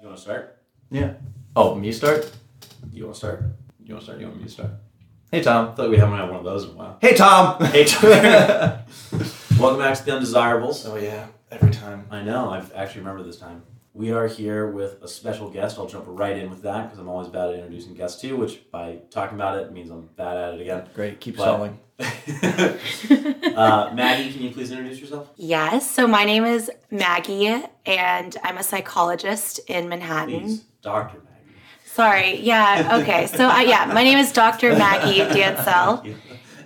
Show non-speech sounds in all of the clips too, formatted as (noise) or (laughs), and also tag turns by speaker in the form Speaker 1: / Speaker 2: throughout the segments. Speaker 1: You want to start?
Speaker 2: Yeah. Oh, me start?
Speaker 1: You want to start? You want to start? You want me to start? Hey, Tom. Thought we haven't had one of those in a while.
Speaker 2: Hey, Tom!
Speaker 1: Hey, (laughs)
Speaker 2: (laughs)
Speaker 1: Tom. Welcome back to the Undesirables.
Speaker 2: oh, yeah. Every time.
Speaker 1: I know. I actually remember this time. We are here with a special guest. I'll jump right in with that because I'm always bad at introducing guests too. Which by talking about it means I'm bad at it again. (laughs)
Speaker 2: Great. Keep
Speaker 1: Wow.
Speaker 2: selling.
Speaker 1: uh, Maggie, can you please introduce yourself?
Speaker 3: Yes, so my name is Maggie, and I'm a psychologist in Manhattan.
Speaker 1: Please, Doctor Maggie.
Speaker 3: Sorry, yeah, okay. So, uh, yeah, my name is Dr. Maggie Dansell,
Speaker 1: Thank you.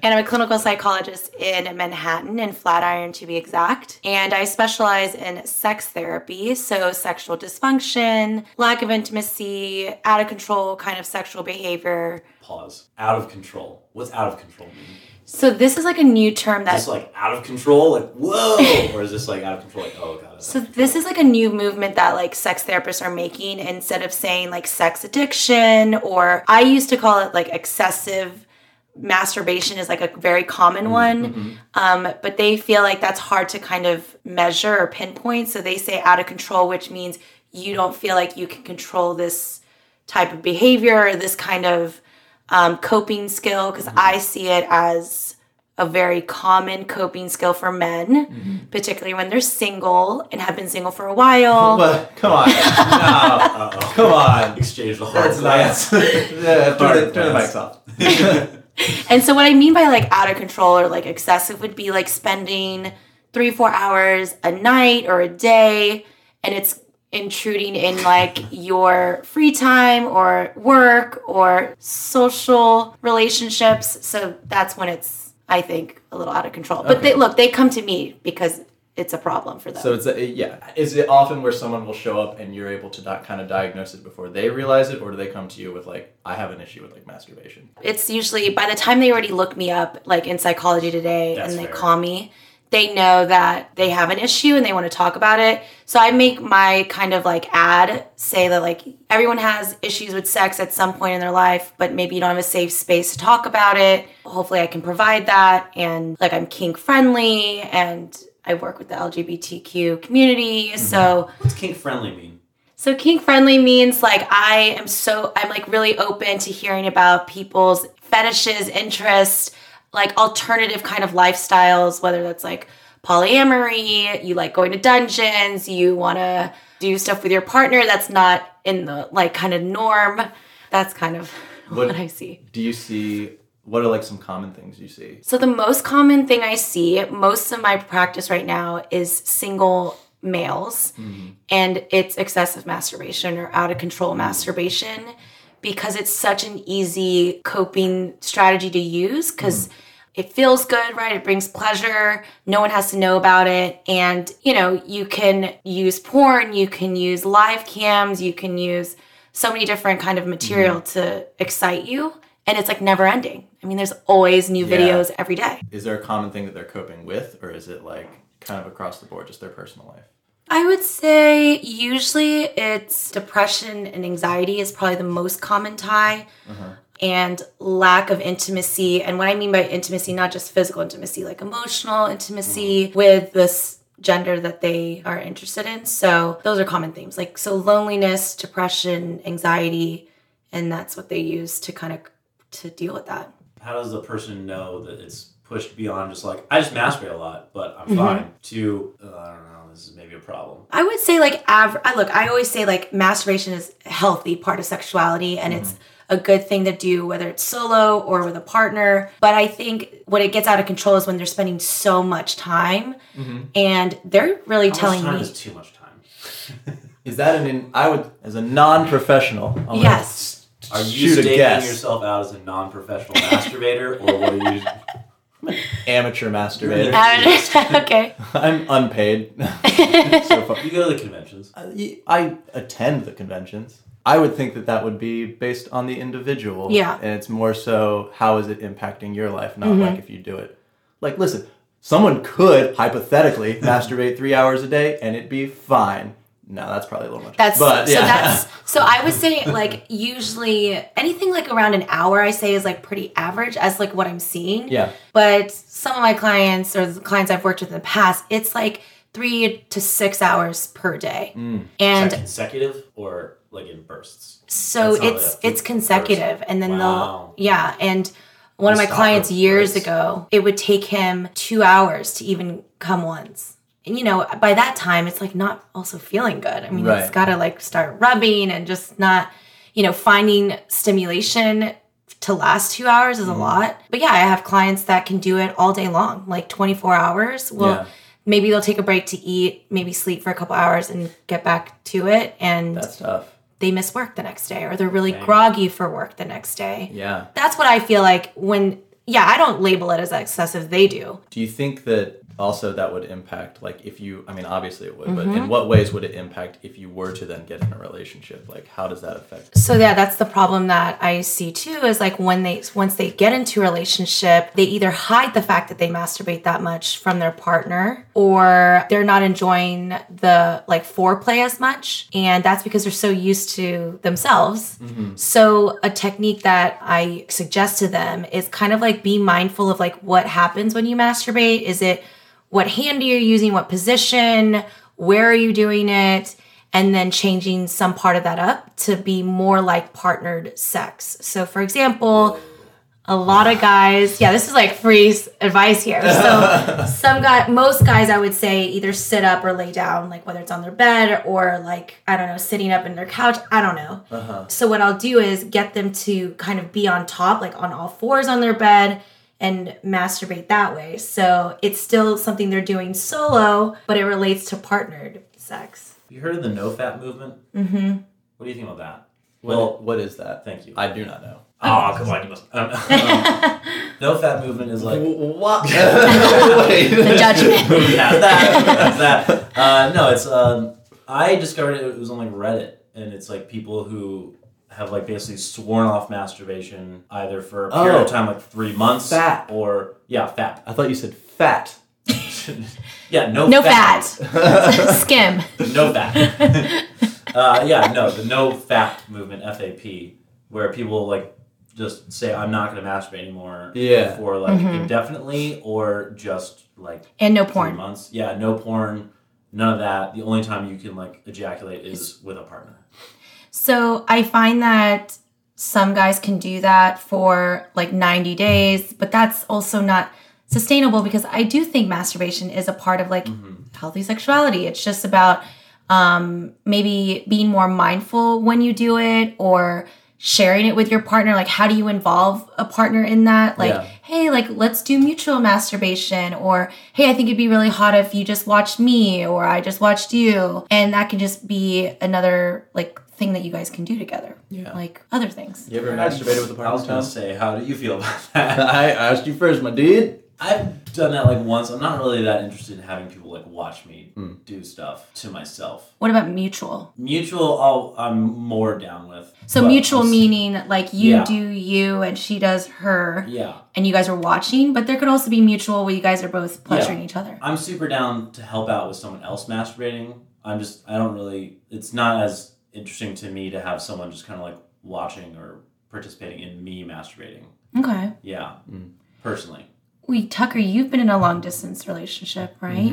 Speaker 3: and I'm a clinical psychologist in Manhattan, in Flatiron to be exact. And I specialize in sex therapy, so sexual dysfunction, lack of intimacy, out of control kind of sexual behavior.
Speaker 1: Pause. Out of control. What's out of control mean?
Speaker 3: So, this is like a new term that
Speaker 1: Is this like out of control? Like whoa, or is this like out of control? Like oh god.
Speaker 3: So this is like a new movement that like sex therapists are making instead of saying like sex addiction or I used to call it like excessive masturbation is like a very common one um, but they feel like that's hard to kind of measure or pinpoint so they say out of control which means you don't feel like you can control this type of behavior or this kind of um, coping skill because i see it as a very common coping skill for men particularly when they're single and have been single for a
Speaker 2: (laughs)
Speaker 3: while.
Speaker 2: Well, come on. No.
Speaker 1: Uh-oh.
Speaker 2: Come on.
Speaker 1: Exchange the heart.
Speaker 2: (laughs) That's nice. (laughs) yeah, turn, the, turn the mics off.
Speaker 3: And so, what I mean by like out of control or like excessive would be like spending three, four hours a night or a day, and it's intruding in like your free time or work or social relationships. So, that's when it's, I think, a little out of control. But they look, they come to me because it's a problem for them.
Speaker 2: So it's a, yeah. Is it often where someone will show up and you're able to di- kind of diagnose it before they realize it, or do they come to you with like, I have an issue with like masturbation?
Speaker 3: it's usually by the time they already look me up like in psychology today
Speaker 1: That's
Speaker 3: and they
Speaker 1: fair.
Speaker 3: call me they know that they have an issue and they want to talk about it so i make my kind of like ad say that like everyone has issues with sex at some point in their life but maybe you don't have a safe space to talk about it hopefully i can provide that and like i'm kink friendly and i work with the lgbtq community
Speaker 1: Mm-hmm.
Speaker 3: so
Speaker 1: What's kink friendly mean?
Speaker 3: so kink friendly means like I am so I'm like really open to hearing about people's fetishes, interests, like alternative kind of lifestyles, whether that's like polyamory, you like going to dungeons, you want to do stuff with your partner that's not in the like kind of norm. That's kind of (laughs)
Speaker 2: What-
Speaker 3: what I see.
Speaker 2: Do you see, what are like some common things you see?
Speaker 3: So the most common thing I see, most of my practice right now is single males and it's excessive masturbation or out of control masturbation because it's such an easy coping strategy to use cuz it feels good, right? It brings pleasure. No one has to know about it. And, you know, you can use porn, you can use live cams, you can use so many different kind of material to excite you. And it's like never ending. I mean, there's always new
Speaker 2: Yeah.
Speaker 3: videos every day.
Speaker 2: Is there a common thing that they're coping with, or is it like kind of across the board, just their personal life?
Speaker 3: I would say usually it's depression and anxiety is probably the most common tie. And lack of intimacy. And what I mean by intimacy, not just physical intimacy, like emotional intimacy with this gender that they are interested in. So those are common themes. Like, so loneliness, depression, anxiety, and that's what they use to kind of to deal with that.
Speaker 1: How does the person know that it's pushed beyond just like I just masturbate a lot, but I'm fine? To uh, I don't know. This is maybe a problem.
Speaker 3: I would say like aver- I look, I always say like masturbation is a healthy part of sexuality and it's a good thing to do whether it's solo or with a partner. But I think what it gets out of control is when they're spending so much time and they're really
Speaker 1: Mm-hmm. How much
Speaker 3: telling
Speaker 1: time
Speaker 3: me
Speaker 1: is too much time?
Speaker 2: Is that an? in- I would, as a non-professional,
Speaker 3: Oh,
Speaker 2: I'm gonna
Speaker 3: Yes.
Speaker 2: s-
Speaker 1: Are you
Speaker 2: shoot a
Speaker 1: staking
Speaker 2: guess.
Speaker 1: yourself out as a non-professional (laughs) masturbator, or what are you?
Speaker 2: Amateur masturbator.
Speaker 3: Uh, (laughs) okay.
Speaker 2: (laughs) I'm unpaid. (laughs) so far.
Speaker 1: You go to the conventions.
Speaker 2: I- I attend the conventions. I would think that that would be based on the individual.
Speaker 3: Yeah. Mm-hmm.
Speaker 2: And it's more so how is it impacting your life, not like if you do it. Like, listen, someone could
Speaker 3: (laughs)
Speaker 2: hypothetically masturbate three hours a day and it'd be fine. No, that's probably a little much.
Speaker 3: That's
Speaker 2: but
Speaker 3: so
Speaker 2: yeah.
Speaker 3: that's so I
Speaker 1: (laughs)
Speaker 3: would say like usually anything like around an hour I say is like pretty average as like what I'm
Speaker 2: (laughs)
Speaker 3: seeing.
Speaker 2: yeah.
Speaker 3: But some of my clients or the clients I've worked with in the past, it's like three to six hours per day.
Speaker 4: Is
Speaker 3: And
Speaker 4: that consecutive or like in bursts?
Speaker 3: so
Speaker 4: That's not
Speaker 3: it's
Speaker 4: it.
Speaker 3: it's consecutive and then
Speaker 4: Wow.
Speaker 3: they'll yeah and one of
Speaker 4: They
Speaker 3: my
Speaker 4: stop
Speaker 3: clients
Speaker 4: at
Speaker 3: years
Speaker 4: points.
Speaker 3: ago it would take him two hours to even come once and you know by that time it's like not also feeling good i mean it's
Speaker 2: Right.
Speaker 3: gotta like start rubbing and just not you know finding stimulation to last two hours
Speaker 4: Mm-hmm.
Speaker 3: is a lot but yeah i have clients that can do it all day long like 24 hours well
Speaker 2: Yeah.
Speaker 3: maybe they'll take a break to eat maybe sleep for a couple hours and get back to it and
Speaker 2: That's tough.
Speaker 3: they miss work the next day or they're really groggy for work the next day.
Speaker 2: Yeah.
Speaker 3: That's what I feel like when, yeah, I don't label it as excessive, they do.
Speaker 2: Do you think that also that would impact, like, if you, I mean, obviously it would, but in what ways would it impact if you were to then get in a relationship? Like, how does that affect?
Speaker 3: So yeah, that's the problem that I see too is like when they once they get into a relationship, they either hide the fact that they masturbate that much from their partner or they're not enjoying the like foreplay as much and that's because they're so used to themselves. So a technique that I suggest to them is kind of like be mindful of like what happens when you masturbate. Is it what hand are you using, what position, where are you doing it, and then changing some part of that up to be more like partnered sex. So, for example, a lot of guys, yeah, this is like free s- advice here. So, some guy, most guys, I would say either sit up or lay down, like whether it's on their bed or like, I don't know, sitting up in their couch. I don't know. So, what I'll do is get them to kind of be on top, like on all fours on their bed and masturbate that way. So, it's still something they're doing solo, but it relates to partnered sex.
Speaker 4: Have you heard of the no fat movement? Mm-hmm. What do you think about that?
Speaker 2: Well, what is that?
Speaker 4: Thank you.
Speaker 2: I do not know.
Speaker 1: Ah,
Speaker 4: Oh, come on, you must. Um, um, no fat movement is like
Speaker 2: (laughs) What? Wait.
Speaker 3: The judgment.
Speaker 2: (laughs)
Speaker 4: yeah, (laughs) that, that. Uh, no, it's um, I discovered it, it was on like Reddit, and it's like people who have like basically sworn off masturbation either for a period
Speaker 2: Oh.
Speaker 4: of time, like three months,
Speaker 2: Fat.
Speaker 4: or yeah, fat.
Speaker 2: I thought you said fat. (laughs)
Speaker 4: yeah, no,
Speaker 3: No fat.
Speaker 4: fat.
Speaker 3: (laughs) Skim.
Speaker 4: no fat. (laughs) uh, yeah, no, the no fat movement, FAP, where people like just say I'm not going to masturbate anymore,
Speaker 2: Yeah.
Speaker 4: for like indefinitely or just like
Speaker 3: And no
Speaker 4: three
Speaker 3: porn.
Speaker 4: months. Yeah, no porn, none of that. The only time you can like ejaculate is with a partner.
Speaker 3: So I find that some guys can do that for like 90 days, but that's also not sustainable because I do think masturbation is a part of like healthy sexuality. It's just about um, maybe being more mindful when you do it or sharing it with your partner. Like, how do you involve a partner in that? Like,
Speaker 2: Yeah.
Speaker 3: hey, like, let's do mutual masturbation, or hey, I think it'd be really hot if you just watched me or I just watched you. And that can just be another like thing that you guys can do together.
Speaker 2: Yeah.
Speaker 3: Like other things.
Speaker 2: You ever masturbated with a
Speaker 4: I was
Speaker 2: partner?
Speaker 4: gonna
Speaker 2: Tom?
Speaker 4: say, how do you feel about that? (laughs)
Speaker 2: I asked you first, my dude.
Speaker 4: I've done that like once. I'm not really that interested in having people like watch me
Speaker 2: Hmm.
Speaker 4: do stuff to myself.
Speaker 3: What about mutual?
Speaker 4: Mutual, I'll, I'm more down with.
Speaker 3: So
Speaker 4: but
Speaker 3: mutual
Speaker 4: I'm s-
Speaker 3: meaning like you
Speaker 4: Yeah.
Speaker 3: do you and she does her
Speaker 4: Yeah,
Speaker 3: and you guys are watching, but there could also be mutual where you guys are both pleasuring each other.
Speaker 4: I'm super down to help out with someone else masturbating. I'm just, I don't really, it's not as interesting to me to have someone just kind of like watching or participating in me masturbating.
Speaker 3: Okay.
Speaker 4: Yeah, personally.
Speaker 3: We Tucker, you've been in a long distance relationship, right?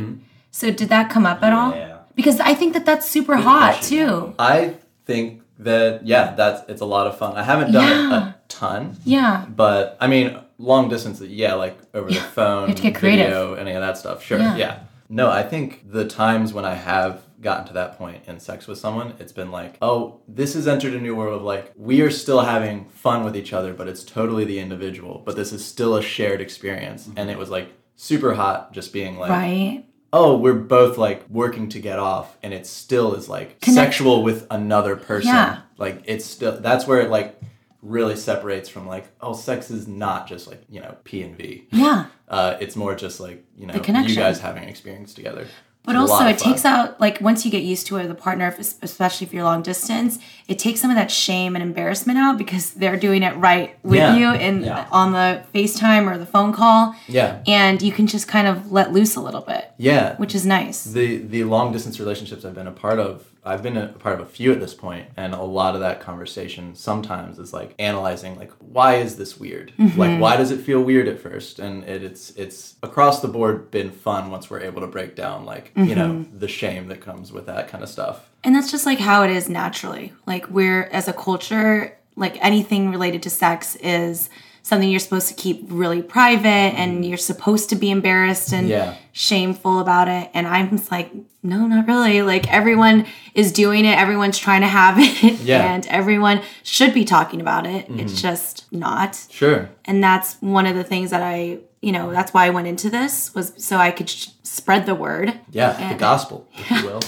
Speaker 3: So did that come up at all?
Speaker 4: Mm-hmm. Yeah.
Speaker 3: Because I think that that's super hot
Speaker 4: question,
Speaker 3: too.
Speaker 2: I think that yeah, that's it's a lot of fun. I haven't done it
Speaker 3: Yeah.
Speaker 2: a ton,
Speaker 3: Yeah.
Speaker 2: but I mean, long distance, yeah, like over the phone,
Speaker 3: have to get creative.
Speaker 2: video, any of that stuff. Sure,
Speaker 3: Yeah.
Speaker 2: yeah. No, I think the times when I have gotten to that point in sex with someone, it's been like, oh, this has entered a new world of like we are still having fun with each other, but it's totally the individual. But this is still a shared experience, and it was like super hot, just being like,
Speaker 3: Mm-hmm. Right.
Speaker 2: oh, we're both like working to get off, and it still is like
Speaker 3: Connect-
Speaker 2: sexual with another person.
Speaker 3: Yeah.
Speaker 2: Like it's still that's where it like really separates from like oh, sex is not just like you know P and V.
Speaker 3: Yeah.
Speaker 2: Uh, it's more just like you know you
Speaker 3: connection.
Speaker 2: guys having an experience together.
Speaker 3: But also, it takes out like once you get used to it, the partner, if, especially if you're long distance, it takes some of that shame and embarrassment out because they're doing it right with
Speaker 2: Yeah.
Speaker 3: you and
Speaker 4: Yeah.
Speaker 3: on the FaceTime or the phone call,
Speaker 2: Yeah,
Speaker 3: and you can just kind of let loose a little bit,
Speaker 2: yeah.
Speaker 3: which is nice.
Speaker 2: the the long distance relationships I've been a part of, I've been a part of a few at this point, and a lot of that conversation sometimes is like analyzing like why is this weird? Like why does it feel weird at first? And it, it's it's across the board been fun once we're able to break down like you know the shame that comes with that kind of stuff.
Speaker 3: And that's just like how it is naturally. Like we're as a culture, like anything related to sex is something you're supposed to keep really private and you're supposed to be embarrassed and
Speaker 2: Mm-hmm. Yeah.
Speaker 3: shameful about it. And I'm just like, no, not really. Like everyone is doing it, everyone's trying to have it, (laughs)
Speaker 2: Yeah. Mm-hmm.
Speaker 3: and everyone should be talking about it. It's just not.
Speaker 2: Sure.
Speaker 3: And that's one of the things that I, you know, that's why I went into this was so I could sh- spread the word.
Speaker 2: Yeah, the gospel, if you will.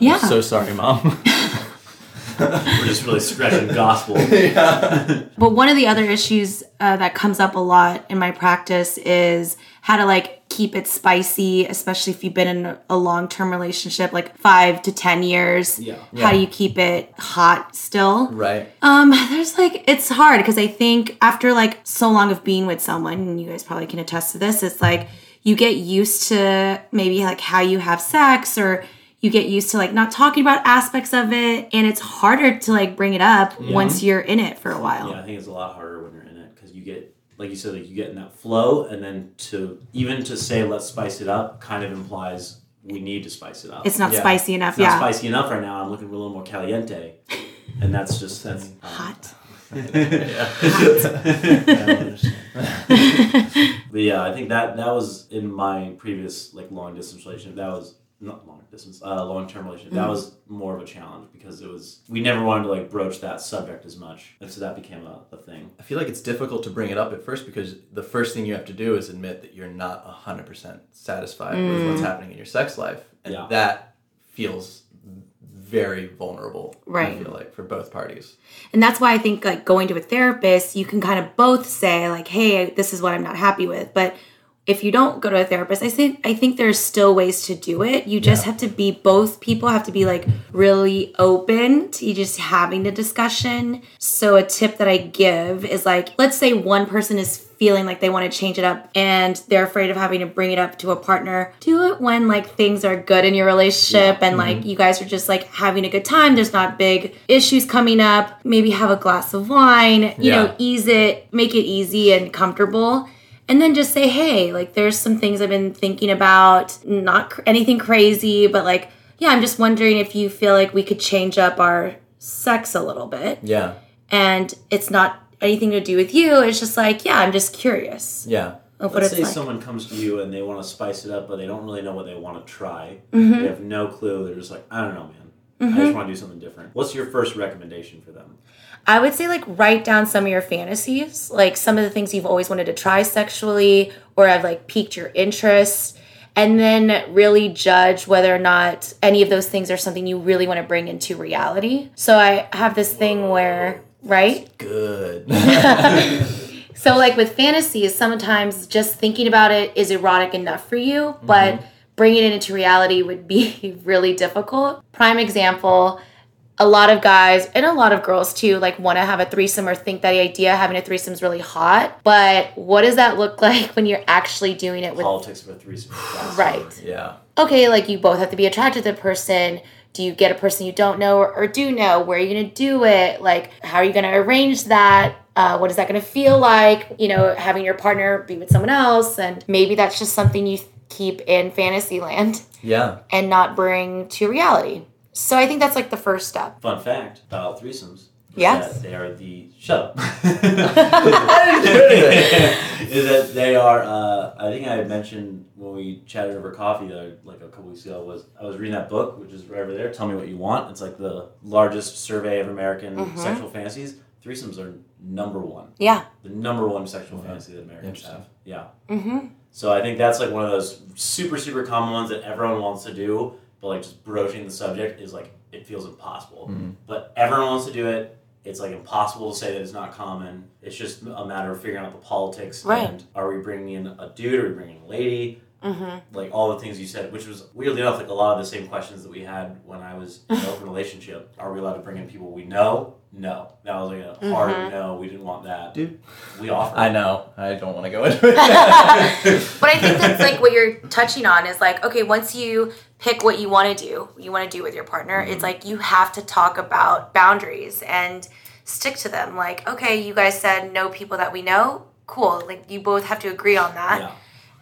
Speaker 3: Yeah.
Speaker 2: so sorry, mom. (laughs)
Speaker 4: We're just really scratching
Speaker 3: (laughs)
Speaker 4: gospel. yeah.
Speaker 3: But one of the other issues uh, that comes up a lot in my practice is how to like keep it spicy, especially if you've been in a long term relationship, like five to 10 years.
Speaker 4: Yeah.
Speaker 3: How do you keep it hot still?
Speaker 2: right.
Speaker 3: Um, there's like, it's hard because I think after like so long of being with someone, and you guys probably can attest to this, it's like you get used to maybe like how you have sex or you get used to like not talking about aspects of it. And it's harder to like bring it up once you're in it for a while.
Speaker 4: I think it's a lot harder when you're in it because you get, like you said, like you get in that flow, and then to even to say let's spice it up kind of implies we need to spice it up.
Speaker 3: It's not
Speaker 2: Yeah.
Speaker 3: spicy enough.
Speaker 4: It's not
Speaker 3: yeah.
Speaker 4: spicy enough right now. I'm looking for a little more caliente, and that's just that's
Speaker 3: Hot.
Speaker 4: But yeah, I think that that was in my previous like long distance relationship. That was not long distance, uh, long term relationship.
Speaker 3: Mm-hmm.
Speaker 4: That was more of a challenge because it was we never wanted to like broach that subject as much, and so that became a, a thing.
Speaker 2: I feel like it's difficult to bring it up at first because the first thing you have to do is admit that you're not 100% satisfied with what's happening in your sex life. And
Speaker 4: Yeah.
Speaker 2: that feels very vulnerable,
Speaker 3: Right.
Speaker 2: I feel like, for both parties.
Speaker 3: And that's why I think like going to a therapist, you can kind of both say like, "Hey, this is what I'm not happy with." But if you don't go to a therapist, I think I think there's still ways to do it. You just have to be both people have to be like really open to just having the discussion. So a tip that I give is like, let's say one person is feeling like they want to change it up and they're afraid of having to bring it up to a partner do it when like things are good in your relationship and like you guys are just like having a good time there's not big issues coming up maybe have a glass of wine you
Speaker 2: Yeah.
Speaker 3: know ease it make it easy and comfortable and then just say hey like there's some things i've been thinking about not cr- anything crazy but like yeah i'm just wondering if you feel like we could change up our sex a little bit
Speaker 2: Yeah.
Speaker 3: and it's not anything to do with you it's just like yeah i'm just curious
Speaker 2: Yeah.
Speaker 3: of what
Speaker 4: Let's
Speaker 3: it's
Speaker 4: say
Speaker 3: like.
Speaker 4: someone comes to you and they want to spice it up, but they don't really know what they want to try.
Speaker 3: Mm-hmm.
Speaker 4: They have no clue. They're just like, I don't know, man. I just want to do something different. What's your first recommendation for them?
Speaker 3: I would say like write down some of your fantasies, like some of the things you've always wanted to try sexually or have like piqued your interest. And then really judge whether or not any of those things are something you really want to bring into reality. So I have this thing where, right?
Speaker 2: Good. (laughs)
Speaker 3: So, like with fantasies, sometimes just thinking about it is erotic enough for you, but bringing it into reality would be (laughs) really difficult. Prime example a lot of guys and a lot of girls too, like want to have a threesome or think that the idea of having a threesome is really hot. But what does that look (laughs) like when you're actually doing it with.
Speaker 4: Politics of a threesome. That's-
Speaker 3: Right.
Speaker 2: yeah.
Speaker 3: Okay, like you both have to be attracted to the person. Do you get a person you don't know or, or do know? Where are you gonna do it? Like, how are you gonna arrange that? Uh, what is that gonna feel like? You know, having your partner be with someone else, and maybe that's just something you keep in fantasy land (laughs)
Speaker 2: Yeah.
Speaker 3: and not bring to reality. So I think that's like the first step.
Speaker 4: Fun fact about threesomes. is
Speaker 3: Yes.
Speaker 4: that They are the shut up.
Speaker 3: (laughs)
Speaker 4: (laughs)
Speaker 2: I didn't do anything.
Speaker 4: is that they are uh, i think i had mentioned when we chatted over coffee uh, like a couple weeks ago was i was reading that book which is right over there tell me what you want it's like the largest survey of american sexual fantasies threesomes are number one
Speaker 3: Yeah.
Speaker 4: the number one sexual fantasy that americans
Speaker 2: Interesting.
Speaker 4: have yeah
Speaker 3: Mm-hmm.
Speaker 4: so i think that's like one of those super super common ones that everyone wants to do but like just broaching the subject is like it feels impossible but everyone wants to do it it's like impossible to say that it's not common. It's just a matter of figuring out the politics
Speaker 3: Right.
Speaker 4: and are we bringing in a dude? Are we bringing in a lady?
Speaker 3: Mm-hmm.
Speaker 4: Like all the things you said, which was weirdly enough like a lot of the same questions that we had when I was in an
Speaker 3: (laughs)
Speaker 4: open relationship. Are we allowed to bring in people we know? No, that was like a hard
Speaker 3: Mm-hmm.
Speaker 4: no. We didn't want that.
Speaker 2: Dude.
Speaker 4: we offered.
Speaker 2: I know. I don't want to go into it. (laughs)
Speaker 3: But I think that's like what you're touching on is like, okay, once you pick what you want to do, what you want to do with your partner. It's like you have to talk about boundaries and stick to them. Like, okay, you guys said no people that we know. Cool. Like you both have to agree on that.
Speaker 1: Yeah.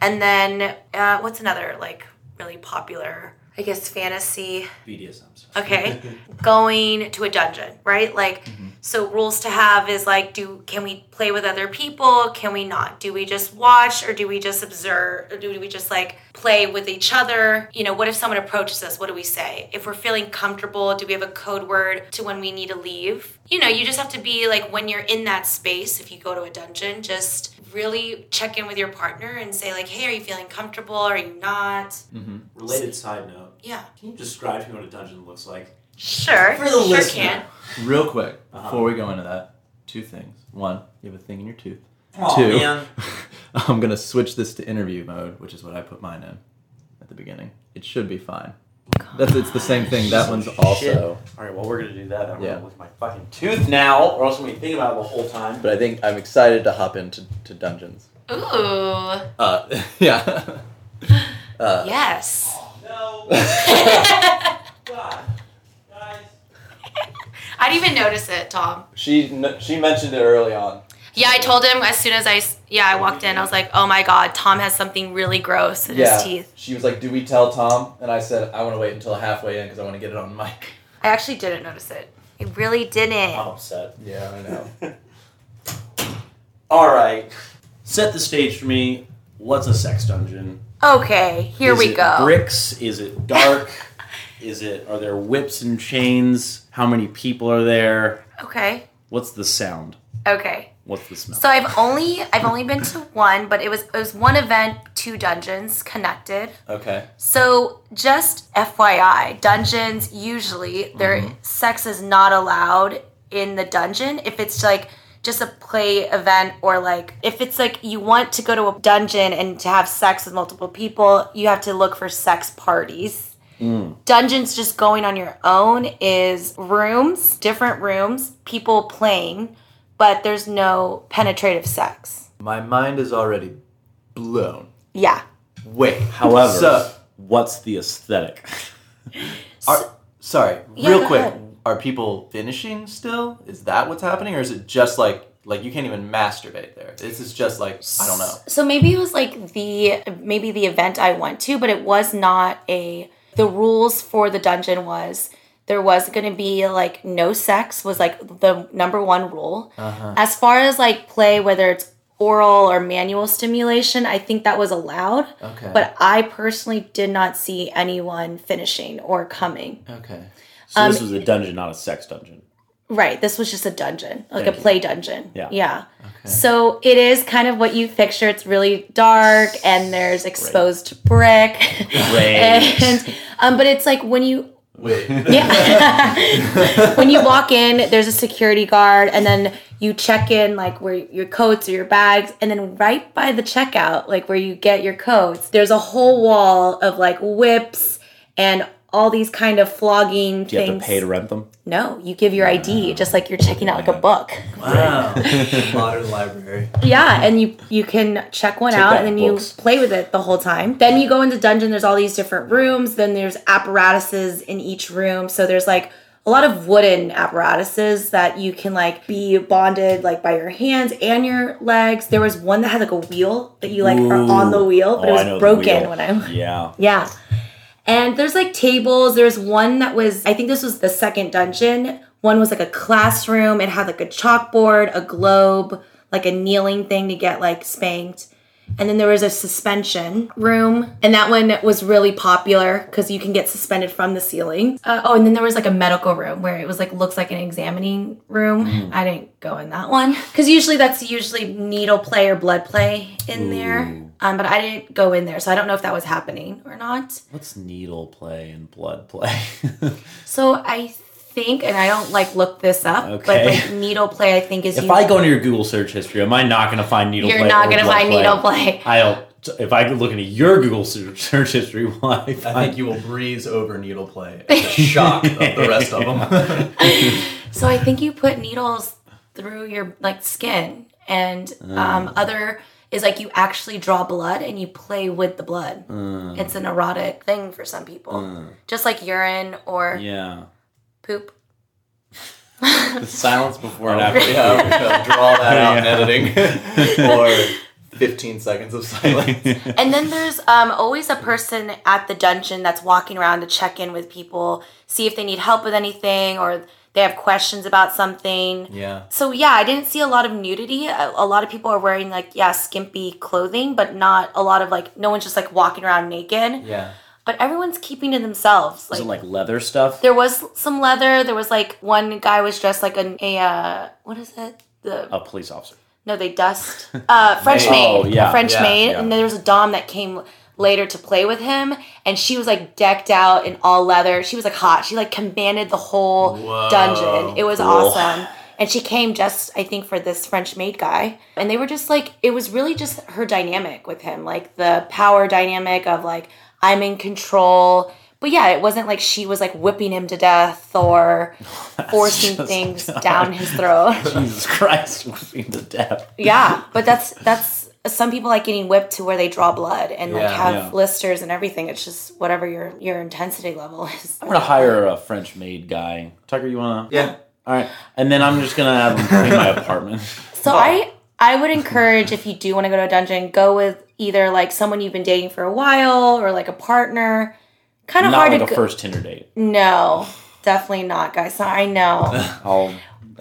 Speaker 3: And then uh, what's another like really popular? I guess fantasy.
Speaker 1: BDSM stuff.
Speaker 4: (laughs)
Speaker 3: Okay, going to a dungeon, right? Like,
Speaker 1: Mm-hmm.
Speaker 3: so rules to have is like, do can we play with other people? Can we not? Do we just watch or do we just observe? Or do we just like play with each other? You know, what if someone approaches us? What do we say? If we're feeling comfortable, do we have a code word to when we need to leave? You know, you just have to be like when you're in that space. If you go to a dungeon, just really check in with your partner and say like, hey, are you feeling comfortable? Are you not?
Speaker 2: Mm-hmm.
Speaker 1: Related side note,
Speaker 3: Yeah,
Speaker 1: can you describe to me what a dungeon looks like?
Speaker 3: sure,
Speaker 1: Mm-hmm. For the
Speaker 3: sure
Speaker 1: listener.
Speaker 3: can.
Speaker 2: Real quick,
Speaker 1: Uh-huh.
Speaker 2: before we go into that, two things. One, you have a thing in your tooth.
Speaker 1: Aw,
Speaker 2: Two.
Speaker 1: man.
Speaker 2: (laughs) I'm gonna switch this to interview mode, which is what I put mine in at the beginning. It should be fine. That's it's the same thing. That one's also.
Speaker 1: All right, well, we're going to do that. I'm
Speaker 2: Yeah.
Speaker 1: going to lick my fucking tooth now, or else I'm going to think about it the whole time.
Speaker 2: But I think I'm excited to hop into to dungeons.
Speaker 3: Ooh.
Speaker 2: Uh, (laughs) yeah. Uh,
Speaker 3: Yes. (laughs)
Speaker 2: (laughs)
Speaker 1: No. God. Guys.
Speaker 3: I didn't even notice it, Tom.
Speaker 2: she kn- she mentioned it early on.
Speaker 3: Yeah, I told him as soon as I s- yeah I walked in, I was like, oh my god, Tom has something really gross in his teeth.
Speaker 2: She was like, "Do we tell Tom?" And I said, "I want to wait until halfway in because I want to get it on mic."
Speaker 3: I actually didn't notice it. I really
Speaker 1: I'm
Speaker 3: didn't.
Speaker 1: upset.
Speaker 2: (laughs) Yeah, I (laughs) know.
Speaker 1: (laughs) All right. Set the stage for me. What's a sex dungeon?
Speaker 3: Okay, here
Speaker 1: Is
Speaker 3: we
Speaker 1: it
Speaker 3: go.
Speaker 1: Bricks? Is it
Speaker 3: (laughs)
Speaker 1: dark? is it? Are there whips and chains? How many people are there?
Speaker 3: Okay,
Speaker 1: What's the sound?
Speaker 3: okay.
Speaker 1: What's the smell?
Speaker 3: So I've only I've only been to one, but it was it was one event, two dungeons connected.
Speaker 2: okay.
Speaker 3: So, just FYI, dungeons usually their sex is not allowed in the dungeon if it's like just a play event or like if it's like you want to go to a dungeon and to have sex with multiple people, you have to look for sex parties. Dungeons just going on your own is rooms, different rooms, people playing, but there's no penetrative sex.
Speaker 2: My mind is already blown.
Speaker 3: Yeah.
Speaker 2: Wait.
Speaker 1: However,
Speaker 2: so
Speaker 1: what's the aesthetic?
Speaker 3: (laughs)
Speaker 2: Are, sorry,
Speaker 3: Yeah,
Speaker 2: real
Speaker 3: go
Speaker 2: quick.
Speaker 3: ahead.
Speaker 2: Are people finishing still? Is that what's happening, or is it just like like you can't even masturbate there? This is just like I don't know.
Speaker 3: So maybe it was like the maybe the event I went to, but it was not a the rules for the dungeon was there was going to be like no sex was like the number one rule. As far as like play whether it's oral or manual stimulation, I think that was allowed.
Speaker 2: Okay.
Speaker 3: But I personally did not see anyone finishing or coming.
Speaker 2: okay.
Speaker 1: So
Speaker 3: Um,
Speaker 1: this was a dungeon, not a sex dungeon.
Speaker 3: Right, this was just a dungeon, like
Speaker 1: Thank
Speaker 3: a
Speaker 1: you.
Speaker 3: play dungeon.
Speaker 1: Yeah.
Speaker 3: Yeah. So it is kind of what you picture. It's really dark and there's
Speaker 1: (laughs)
Speaker 3: exposed brick. (laughs) and um, but it's like when you (laughs)
Speaker 2: Wait.
Speaker 3: yeah (laughs) when you walk in there's a security guard and then you check in like where your coats or your bags and then right by the checkout like where you get your coats there's a whole wall of like whips and all these kind of flogging
Speaker 1: Do you
Speaker 3: things
Speaker 1: have to pay to rent them?
Speaker 3: no you give your id just like you're checking out like a book
Speaker 2: Wow. (laughs) Modern library.
Speaker 3: Yeah, and you you can check one out
Speaker 1: back
Speaker 3: and then
Speaker 1: books.
Speaker 3: you play with it the whole time. Then you go into dungeon. There's all these different rooms. Then there's apparatuses in each room. So there's like a lot of wooden apparatuses that you can like be bonded like by your hands and your legs. There was one that had like a wheel that you like are on the wheel, but
Speaker 1: Oh, I
Speaker 3: it
Speaker 1: know
Speaker 3: was
Speaker 1: the
Speaker 3: broken
Speaker 1: wheel.
Speaker 3: when I
Speaker 1: Yeah.
Speaker 3: yeah. And there's like tables. There's one that was, I think this was the second dungeon. One was like a classroom. It had like a chalkboard, a globe, like a kneeling thing to get like spanked. And then there was a suspension room. And that one was really popular because you can get suspended from the ceiling. Uh, oh, and then there was like a medical room where it was like, looks like an examining room.
Speaker 1: Mm-hmm.
Speaker 3: I didn't go in that one because usually that's usually needle play or blood play in there. Um, but I didn't go in there. So I don't know if that was happening or not.
Speaker 1: (laughs) What's needle play and blood play? (laughs)
Speaker 3: So I think, and I don't like look this up, but
Speaker 1: Okay.
Speaker 3: like needle play, I think is
Speaker 1: if I go into your Google search history, am I not going to find needle
Speaker 3: You're
Speaker 1: play?
Speaker 3: not
Speaker 1: or
Speaker 3: gonna
Speaker 1: blood
Speaker 3: find needle play.
Speaker 1: I don't. If I could look into your Google search (laughs) search history, why?
Speaker 2: I think you will breeze over needle play
Speaker 4: (laughs)
Speaker 2: at the shock of the rest of them.
Speaker 3: So I think you put needles through your like skin and um, other is like you actually draw blood and you play with the blood.
Speaker 4: Mm.
Speaker 3: It's an erotic thing for some people,
Speaker 1: Uh,
Speaker 3: just like urine or (laughs)
Speaker 4: Yeah.
Speaker 3: poop.
Speaker 1: (laughs)
Speaker 2: The silence before and
Speaker 4: after.
Speaker 2: after. Oh, Yeah, we (laughs) gotta draw that out in editing. or 15 seconds of silence.
Speaker 3: And then there's um, always a person at the dungeon that's walking around to check in with people, see if they need help with anything or they have questions about something.
Speaker 2: (laughs) yeah.
Speaker 3: So yeah, I didn't see a lot of nudity. A, a lot of people are wearing like yeah, skimpy clothing, but not a lot of like no one's just like walking around naked.
Speaker 2: Yeah.
Speaker 3: But everyone's keeping to themselves.
Speaker 4: Is
Speaker 3: Like,
Speaker 4: it like leather stuff?
Speaker 3: there was some leather. There was like one guy was dressed like an a uh, what is it? The
Speaker 4: A police officer.
Speaker 3: no, they dust.
Speaker 4: (laughs)
Speaker 3: Uh, French
Speaker 2: Maid.
Speaker 4: Oh,
Speaker 3: maid.
Speaker 4: yeah,
Speaker 3: French
Speaker 2: yeah,
Speaker 3: maid.
Speaker 4: yeah.
Speaker 3: And then there was a dom that came later to play with him, and she was like decked out in all leather. She was like hot. She like commanded the whole
Speaker 2: Whoa.
Speaker 3: dungeon. It was
Speaker 4: Cool.
Speaker 3: awesome. And she came just, I think, for this French maid guy. And they were just like, it was really just her dynamic with him, like the power dynamic of like, I'm in control. But yeah, it wasn't like she was like whipping him to
Speaker 4: (laughs)
Speaker 3: death or forcing
Speaker 4: just (laughs)
Speaker 3: things down his
Speaker 2: (laughs)
Speaker 3: throat.
Speaker 4: Jesus Christ, (laughs) whipping to death.
Speaker 3: Yeah, but that's that's some people like getting whipped to where they draw blood and like
Speaker 2: Yeah.
Speaker 3: have
Speaker 4: Yeah.
Speaker 3: blisters and everything. It's just whatever your your intensity level is.
Speaker 4: I'm gonna hire a French maid guy. Tucker, you wanna?
Speaker 2: Yeah.
Speaker 4: All right, and then I'm just gonna have him clean
Speaker 2: (laughs)
Speaker 4: my
Speaker 3: (laughs)
Speaker 4: apartment.
Speaker 3: So I I would encourage if you do want to go to a dungeon, go with either like someone you've been dating for a while or like a partner. Kind of
Speaker 4: Not
Speaker 3: hard
Speaker 4: like a
Speaker 3: to go-
Speaker 4: first Tinder date.
Speaker 3: no, definitely not, guys.
Speaker 4: (laughs)
Speaker 3: I know.
Speaker 4: I'll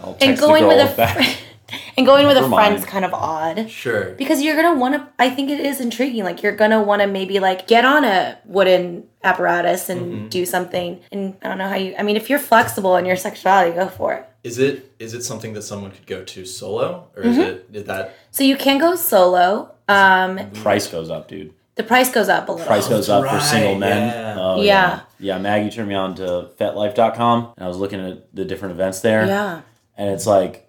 Speaker 4: I'll text
Speaker 3: and
Speaker 4: the
Speaker 3: going with
Speaker 4: girl
Speaker 3: a
Speaker 4: back. (laughs)
Speaker 3: fr- (laughs) and going with a
Speaker 4: Never
Speaker 3: friend's
Speaker 4: mind.
Speaker 3: kind of odd.
Speaker 2: Sure.
Speaker 3: because you're gonna want to i think it is intriguing like you're gonna want to maybe like get on a wooden apparatus and
Speaker 4: Mm-hmm.
Speaker 3: do something and i don't know how you i mean if you're flexible in your sexuality go for it
Speaker 2: Is it is it something that someone could go to solo, or
Speaker 3: Mm-hmm.
Speaker 2: is it is that
Speaker 3: so you can go solo um
Speaker 4: Price goes up, dude.
Speaker 3: the price goes up a little
Speaker 4: Price goes up for single
Speaker 2: Oh, right,
Speaker 4: men.
Speaker 2: yeah.
Speaker 4: Oh,
Speaker 3: Yeah.
Speaker 4: yeah. Yeah, Maggie turned me on to FetLife.com, and I was looking at the different events there.
Speaker 3: yeah
Speaker 4: and it's like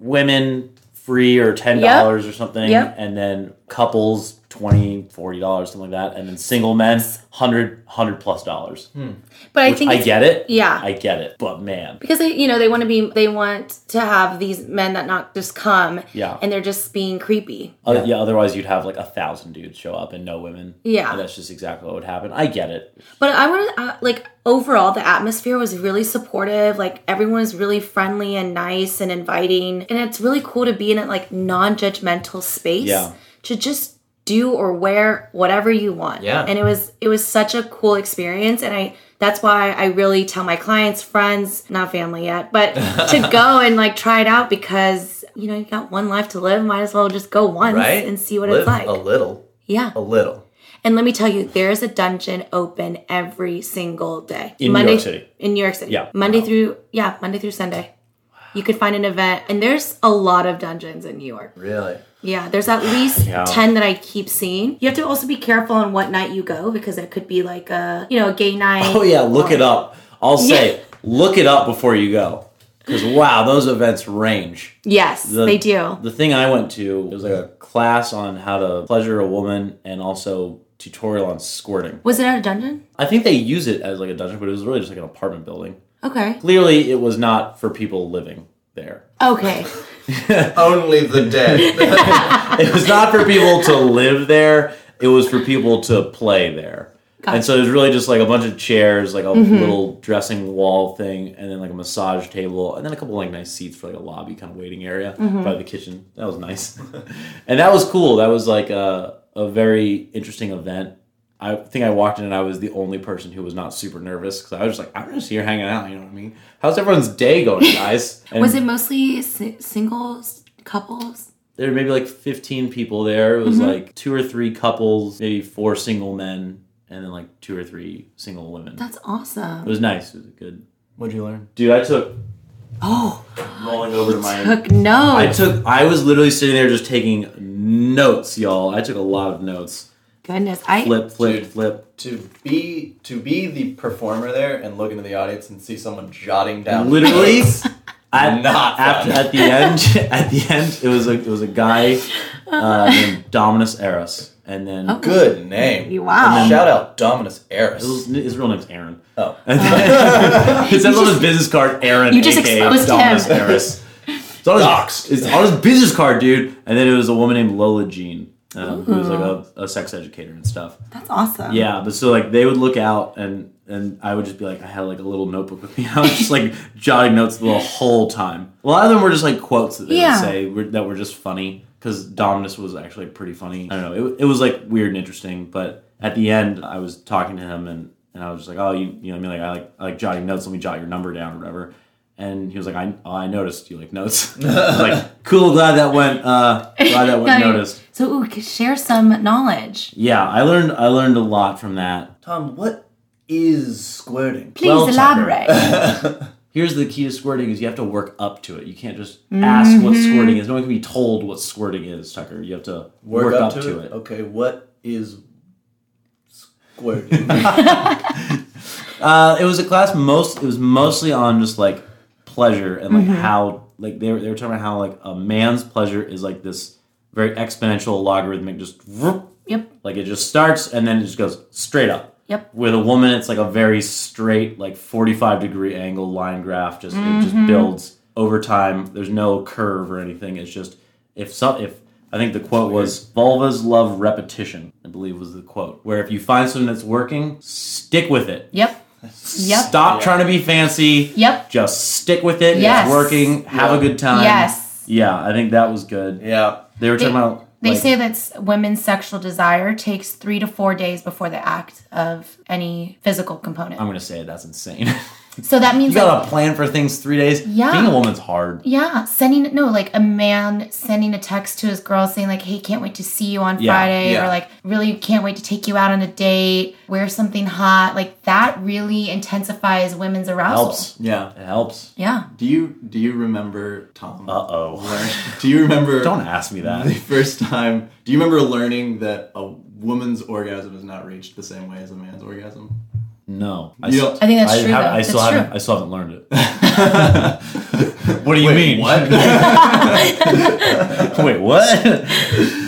Speaker 4: women free or ten dollars or something,
Speaker 3: Yep.
Speaker 4: and then couples twenty, forty dollars, something like that, and then single men 100, 100 plus dollars.
Speaker 3: but i
Speaker 4: Which
Speaker 3: think
Speaker 4: I
Speaker 3: it's-
Speaker 4: get it.
Speaker 3: yeah.
Speaker 4: I get it. But man,
Speaker 3: because they you know they want to be they want to have these men that not just come
Speaker 4: Yeah.
Speaker 3: and they're just being creepy
Speaker 4: Uh, yeah. Otherwise, you'd have like a thousand dudes show up and no women.
Speaker 3: Yeah.
Speaker 4: And that's just exactly what would happen. I get it.
Speaker 3: But I want to uh, like overall, the atmosphere was really supportive. Like everyone is really friendly and nice and inviting, and it's really cool to be in a like non-judgmental space.
Speaker 4: Yeah.
Speaker 3: To just do or wear whatever you want.
Speaker 2: Yeah.
Speaker 3: And it was it was such a cool experience, and I that's why I really tell my clients, friends, not family yet,
Speaker 2: (laughs)
Speaker 3: but to go and like try it out because you know you got one life to live, might as well just go once
Speaker 2: right?
Speaker 3: and see what
Speaker 2: Live
Speaker 3: it's like.
Speaker 2: A little,
Speaker 3: yeah.
Speaker 2: a little.
Speaker 3: And let me tell you, there's a dungeon open every single day.
Speaker 4: In New York City.
Speaker 3: In New York City.
Speaker 4: Yeah.
Speaker 3: Monday through yeah, Monday through Sunday. You could find an event and there's a lot of dungeons in New York.
Speaker 2: Really?
Speaker 3: Yeah, there's at
Speaker 4: (sighs)
Speaker 3: least
Speaker 4: Yeah.
Speaker 3: 10 that I keep seeing. You have to also be careful on what night you go because it could be like a, you know, a gay night.
Speaker 4: Oh yeah, look it up. I'll say
Speaker 3: Yeah.
Speaker 4: look it up before you go, because wow, those events range.
Speaker 3: Yes,
Speaker 4: The-
Speaker 3: they do.
Speaker 4: The thing I went to was like a class on how to pleasure a woman and also tutorial on squirting.
Speaker 3: Was it at a dungeon?
Speaker 4: I think they use it as like a dungeon, but it was really just like an apartment building.
Speaker 3: Okay.
Speaker 4: Clearly, it was not for people living there. (laughs)
Speaker 3: Okay.
Speaker 2: Only the dead.
Speaker 4: It was not for people to live there. It was for people to play there. And so it was really just like a bunch of chairs, like a
Speaker 3: Mm-hmm.
Speaker 4: little dressing wall thing, and then like a massage table, and then a couple like nice seats for like a lobby kind of waiting area
Speaker 3: Mm-hmm.
Speaker 4: by the kitchen. That was nice, (laughs) and that was cool. That was like a a very interesting event. I think I walked in and I was the only person who was not super nervous because I was just like, I'm just here hanging out. You know what I mean? How's everyone's day going, guys? And-
Speaker 3: (laughs) Was it mostly si- singles, couples?
Speaker 4: there were maybe like 15 people there. It was like two or three couples, maybe four single men, and then like two or three single women.
Speaker 3: That's
Speaker 4: it
Speaker 3: awesome.
Speaker 4: was nice. It was good.
Speaker 2: What'd you learn?
Speaker 4: Dude, I took
Speaker 3: Oh, (gasps)
Speaker 4: rolling over to my.
Speaker 3: took no.
Speaker 4: I took. I was literally sitting there just taking notes, y'all. I took a lot of notes.
Speaker 3: Goodness. I
Speaker 4: Flip, flip,
Speaker 2: Dude.
Speaker 4: flip.
Speaker 2: To be to be the performer there and look into the audience and see someone jotting down (laughs)
Speaker 4: Literally, at,
Speaker 2: Not
Speaker 4: after,
Speaker 2: fun.
Speaker 4: at the end. (laughs) At the end, it was a it was a guy uh, named Dominus Eris, and then
Speaker 2: Good name.
Speaker 3: Wow.
Speaker 2: And Shout out Dominus Eris.
Speaker 4: his, his real name's Aaron.
Speaker 2: Oh.
Speaker 3: (laughs)
Speaker 4: It's on his business card, Aaron.
Speaker 3: you just
Speaker 4: aka
Speaker 3: exposed
Speaker 4: Dominic
Speaker 3: him.
Speaker 4: Harris. It's on, his,
Speaker 2: Doxed.
Speaker 4: it's on his business card, dude. And then it was a woman named Lola Jean. um, who's like a,
Speaker 3: Hmm.
Speaker 4: a sex educator and stuff.
Speaker 3: That's awesome.
Speaker 4: Yeah, but so like they would look out and and I would just be like I had like a little notebook with me. (laughs) I was just like jotting notes the whole time. A lot of them were just like quotes that they
Speaker 3: Yeah.
Speaker 4: would say were, that were just funny because Dominus was actually pretty funny. I don't know. It, it was like weird and interesting, but at the end I was talking to him and and I was just like, oh, you you know, what I mean, like I like I like jotting notes. Let me jot your number down or whatever. And he was like, I, oh, I noticed you like notes. (laughs) I was like, cool, glad that went, uh, glad that went
Speaker 3: Now you-
Speaker 4: noticed.
Speaker 3: So ooh, c- share some knowledge.
Speaker 4: Yeah, I learned, I learned a lot from that.
Speaker 2: (laughs) Tom, what is squirting?
Speaker 3: Please
Speaker 4: Well, Tucker.
Speaker 3: elaborate.
Speaker 4: (laughs) Here's the key to squirting is you have to work up to it. You can't just ask what squirting is. No one can be told what squirting is, Tucker. You have to work, up, to, it.
Speaker 2: Okay, what is squirting?
Speaker 4: Uh, it was a class most. It was mostly on just like pleasure and like how like they were they were talking about how like a man's pleasure is like this very exponential logarithmic just vroom,
Speaker 3: yep.
Speaker 4: like it just starts and then it just goes straight up.
Speaker 3: Yep.
Speaker 4: With a woman, it's like a very straight, like forty-five degree angle line graph. Just it
Speaker 3: Mm-hmm.
Speaker 4: just builds over time. There's no curve or anything. It's just if some if I think the quote was "vulvas love repetition." I believe was the quote. Where if you find something that's working, stick with it.
Speaker 3: Yep. Yep.
Speaker 4: Stop trying to be fancy.
Speaker 3: Yep.
Speaker 4: Just stick with it.
Speaker 3: Yes.
Speaker 4: It's working. Have a good time.
Speaker 3: Yes.
Speaker 4: Yeah, I think that was good.
Speaker 2: yeah.
Speaker 4: They were talking about.
Speaker 3: They
Speaker 4: like,
Speaker 3: say that s- women's sexual desire takes three to four days before the act of any physical component.
Speaker 4: I'm gonna say it, that's insane. (laughs)
Speaker 3: so that means
Speaker 2: You
Speaker 3: like,
Speaker 2: gotta plan for things three days.
Speaker 3: Yeah.
Speaker 4: Being a woman's hard.
Speaker 3: Yeah, sending no like a man sending a text to his girl saying like, "Hey, can't wait to see you on
Speaker 4: Yeah,
Speaker 3: Friday,"
Speaker 2: yeah.
Speaker 3: or like, "Really can't wait to take you out on a date, wear something hot." Like that really intensifies women's arousal.
Speaker 4: Helps.
Speaker 2: Yeah.
Speaker 4: It helps.
Speaker 3: Yeah.
Speaker 2: Do you do you remember Tom?
Speaker 4: Uh oh.
Speaker 2: do you remember
Speaker 4: Don't ask me that.
Speaker 2: the first time? Do you remember learning that a woman's orgasm is not reached the same way as a man's orgasm?
Speaker 4: No,
Speaker 2: You
Speaker 4: s-
Speaker 2: don't-
Speaker 3: I think that's true, though.
Speaker 4: I still
Speaker 3: That's
Speaker 4: haven't.
Speaker 3: true.
Speaker 4: I still haven't learned it.
Speaker 2: (laughs)
Speaker 4: what do you mean?
Speaker 2: What?
Speaker 4: (laughs) Wait, what?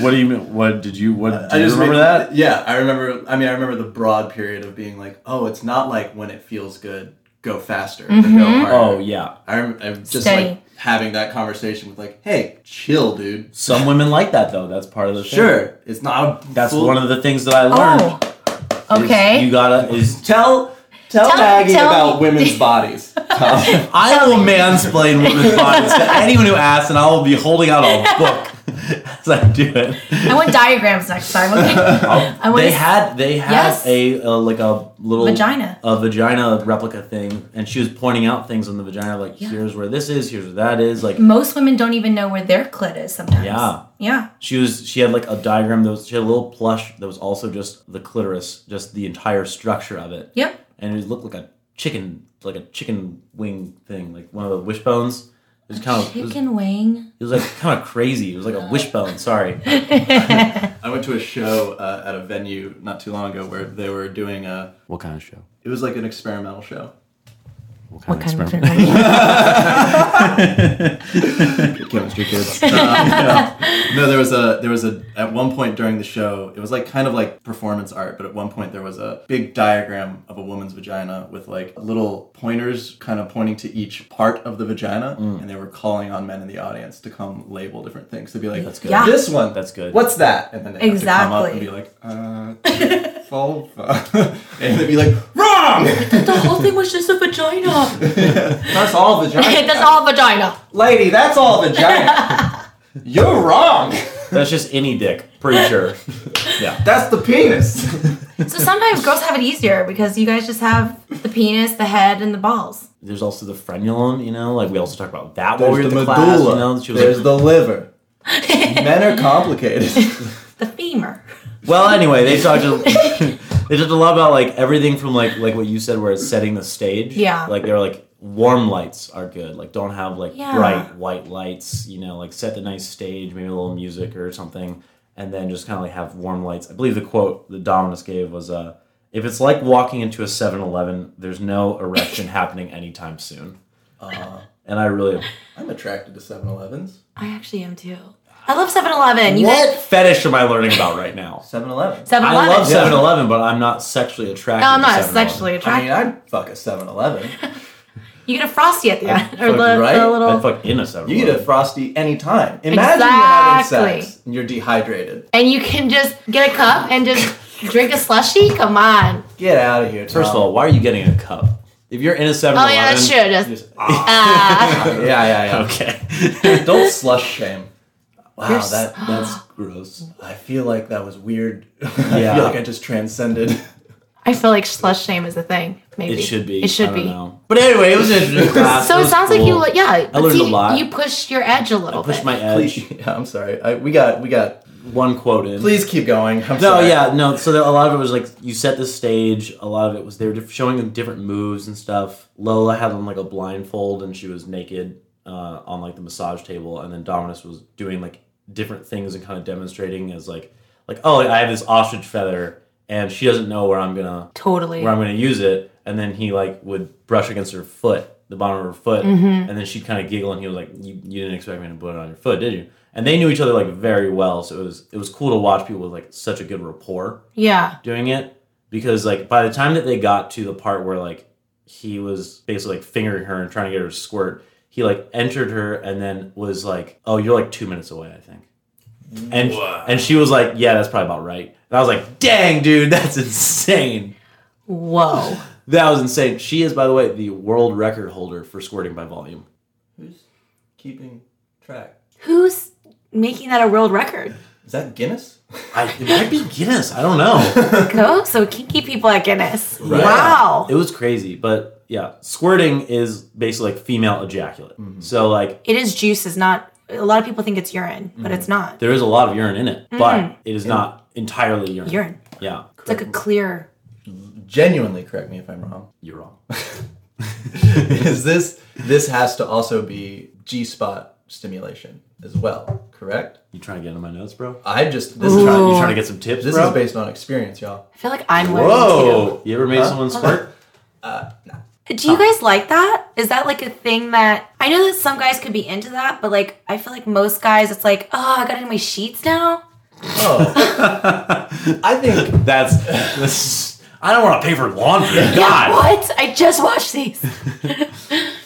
Speaker 4: what do you mean? What did you? What do
Speaker 2: I
Speaker 4: you
Speaker 2: just
Speaker 4: remember
Speaker 2: re-
Speaker 4: that?
Speaker 2: Yeah, I remember. I mean, I remember the broad period of being like, "Oh, it's not like when it feels good, go faster, or go harder."
Speaker 4: Oh yeah,
Speaker 2: I rem- I'm just
Speaker 3: Steady.
Speaker 2: like having that conversation with like, "Hey, chill, dude.
Speaker 4: some women like that though. That's part of the thing.
Speaker 2: Sure, it's not. A
Speaker 4: That's
Speaker 2: full-
Speaker 4: one of the things that I
Speaker 3: Oh.
Speaker 4: learned. is
Speaker 3: Okay.
Speaker 4: you gotta is
Speaker 2: tell tell,
Speaker 3: Tell-
Speaker 2: Maggie
Speaker 3: tell
Speaker 2: about
Speaker 3: me. (laughs)
Speaker 2: women's bodies.
Speaker 4: I will mansplain women's bodies to anyone who asks, and I will be holding out a book (laughs) as I do it.
Speaker 3: I want diagrams next time.
Speaker 4: (laughs)
Speaker 3: Okay. I want
Speaker 4: Oh, they
Speaker 3: to s-
Speaker 4: had they had
Speaker 3: Yes.
Speaker 4: a, a like a little
Speaker 3: Vagina.
Speaker 4: a vagina replica thing, and she was pointing out things on the vagina, like here's where this is, here's where that is, like
Speaker 3: Most women don't even know where their clit is sometimes.
Speaker 4: Yeah.
Speaker 3: Yeah.
Speaker 4: she was she had like a diagram that was she had a little plush that was also just the clitoris, just the entire structure of it,
Speaker 3: Yep.
Speaker 4: and it looked like a chicken, like a chicken wing thing, like one of the wishbones. It was kind of it was, it
Speaker 3: Chicken wing.
Speaker 4: was like kind of crazy. It was like
Speaker 3: (laughs)
Speaker 4: a wishbone. Sorry,
Speaker 2: I went to a show uh, at a venue not too long ago where they were doing a.
Speaker 4: what kind of show?
Speaker 2: It was like an experimental show.
Speaker 3: What kind of experiment?
Speaker 4: (laughs) chemistry kids?
Speaker 2: No, there was a there was a at one point during the show, it was like kind of like performance art, but at one point there was a big diagram of a woman's vagina with like little pointers kind of pointing to each part of the vagina, and they were calling on men in the audience to come label different things to be like, that's
Speaker 4: good.
Speaker 3: Yeah.
Speaker 2: This one,
Speaker 4: That's good.
Speaker 2: What's that? And then they exactly. have to come up and
Speaker 3: Exactly.
Speaker 2: be like, uh, vulva, (laughs) and they'd be like, wrong.
Speaker 3: (laughs) the whole thing was just a vagina. (laughs)
Speaker 2: That's all vagina,
Speaker 3: That's all vagina.
Speaker 2: lady. That's all vagina. You're wrong.
Speaker 4: That's just any dick, pretty sure.
Speaker 3: (laughs)
Speaker 4: Yeah.
Speaker 2: That's the penis.
Speaker 3: So sometimes girls have it easier because you guys just have the penis, the head, and the balls.
Speaker 4: There's also the frenulum, you know, like we also talked about that while we were
Speaker 2: There's
Speaker 4: at
Speaker 2: the
Speaker 4: the,
Speaker 2: medulla.
Speaker 4: class. You know, she was
Speaker 2: There's
Speaker 4: like-
Speaker 2: the liver. Men are complicated.
Speaker 3: (laughs) The femur.
Speaker 4: well, anyway, they talked
Speaker 2: (laughs)
Speaker 4: to, (laughs) they talked a lot about like everything from like like what you said, where it's setting the stage.
Speaker 3: Yeah.
Speaker 4: like they were like warm lights are good. Like don't have like
Speaker 3: Yeah.
Speaker 4: bright white lights. You know, like set the nice stage, maybe a little music or something, and then just kind of like have warm lights. I believe the quote that Dominus gave was, uh, "If it's like walking into a 7-Eleven, there's no erection happening anytime soon."
Speaker 2: Uh-huh.
Speaker 4: and I really
Speaker 2: I'm attracted to 7-Elevens.
Speaker 3: I actually am too. I love 7 Eleven. You
Speaker 4: what fetish am I learning about right now?
Speaker 3: (laughs)
Speaker 2: 7-Elevens.
Speaker 3: 7
Speaker 4: I love
Speaker 3: Eleven.
Speaker 4: 7 Eleven, but I'm not sexually attracted.
Speaker 3: No, I'm
Speaker 4: to
Speaker 3: not
Speaker 4: 7-Eleven.
Speaker 3: sexually
Speaker 2: I mean,
Speaker 3: attracted.
Speaker 2: I'd fuck a 7-Eleven.
Speaker 3: You get a frosty at the
Speaker 4: (laughs)
Speaker 3: end, or
Speaker 2: fuck,
Speaker 3: the,
Speaker 2: right?
Speaker 3: the little,
Speaker 4: I'd fuck in a several.
Speaker 2: You get a frosty anytime. Imagine you're having sex
Speaker 3: Exactly.
Speaker 2: and you're dehydrated.
Speaker 3: and you can just get a cup and just drink a slushy. Come on,
Speaker 2: Get out of here. Tom.
Speaker 4: First of all, why are you getting a cup? If you're in a 7
Speaker 3: Oh, yeah, that's true. Just- Ah.
Speaker 2: (laughs) yeah, yeah,
Speaker 4: (laughs) okay.
Speaker 2: yeah. Don't slush shame. Wow,
Speaker 3: You're s-
Speaker 2: that that's.
Speaker 4: Gross.
Speaker 2: I feel like that was weird. (laughs) I
Speaker 4: Yeah.
Speaker 2: feel like I
Speaker 4: (laughs)
Speaker 2: just transcended.
Speaker 3: I feel like slush shame is a thing. Maybe
Speaker 4: It should be.
Speaker 3: It should
Speaker 4: I
Speaker 3: be.
Speaker 4: don't know. But anyway, it was an interesting class.
Speaker 3: (laughs) So it
Speaker 4: was
Speaker 3: sounds like you,
Speaker 4: cool.
Speaker 3: li- yeah. but
Speaker 4: learned a
Speaker 3: see,
Speaker 4: lot.
Speaker 3: You pushed your edge a little
Speaker 4: Push
Speaker 3: bit.
Speaker 4: my edge.
Speaker 2: Please, (laughs) yeah, I'm sorry. I, we got we got.
Speaker 4: One quote in.
Speaker 2: Please keep going. I'm
Speaker 4: No,
Speaker 2: sorry.
Speaker 4: yeah, no. So the, a lot of it was like you set the stage. A lot of it was they were diff- showing them different moves and stuff. Lola had on like a blindfold and she was naked uh, on like the massage table, and then Dominus was doing like different things and kind of demonstrating as like like oh I have this ostrich feather and she doesn't know where I'm gonna
Speaker 3: totally.
Speaker 4: where I'm gonna use it, and then he like would brush against her foot, the bottom of her foot, and then she'd kind of giggle, and he was like, you, "You didn't expect me to put it on your foot, did you?" And they knew each other like very well, so it was it was cool to watch people with like such a good rapport
Speaker 3: Yeah.
Speaker 4: doing it because like by the time that they got to the part where like he was basically like fingering her and trying to get her to squirt, he like entered her and then was like, "Oh, you're like two minutes away, I think." And
Speaker 5: Wow.
Speaker 4: and she was like, "Yeah, that's probably about right." And I was like, "Dang, dude, (laughs) that's insane."
Speaker 3: Whoa.
Speaker 4: That was insane. She is, by the way, the world record holder for squirting by volume.
Speaker 2: Who's keeping track?
Speaker 3: Who's making that a world record?
Speaker 2: Is that Guinness?
Speaker 4: I, it might be Guinness. I don't know. (laughs)
Speaker 3: Go. So kinky people at Guinness.
Speaker 4: Right.
Speaker 3: Wow.
Speaker 4: It was crazy, but yeah, squirting is basically like female ejaculate.
Speaker 2: Mm-hmm.
Speaker 4: So like
Speaker 3: It is juice. Is not. A lot of people think it's urine, but it's not
Speaker 4: there is a lot of urine in it, but it is not entirely Mm-hmm. urine.
Speaker 3: urine.
Speaker 4: Yeah,
Speaker 3: It's like a clear.
Speaker 2: Genuinely, correct me if I'm wrong.
Speaker 4: you're wrong.
Speaker 2: (laughs) Is this this has to also be G spot stimulation as well? Correct.
Speaker 4: You trying to get into my notes, bro?
Speaker 2: I just this
Speaker 4: You
Speaker 2: is
Speaker 4: trying,
Speaker 3: Ooh.
Speaker 4: you trying to get some tips,
Speaker 2: this
Speaker 4: bro?
Speaker 2: is based on experience, y'all.
Speaker 3: I feel like I'm learning
Speaker 4: Whoa! You ever made someone squirt?
Speaker 3: too. Do you guys like that? Is that like a thing that I know that some guys could be into that, but like I feel like most guys, it's like, oh, I got it in my sheets now.
Speaker 2: Oh,
Speaker 4: (laughs)
Speaker 2: I think
Speaker 4: That's. that's I don't want to pay for
Speaker 2: (laughs)
Speaker 4: laundry.
Speaker 3: Yeah,
Speaker 4: God.
Speaker 3: (laughs) what? I just
Speaker 4: (laughs)
Speaker 3: watched these.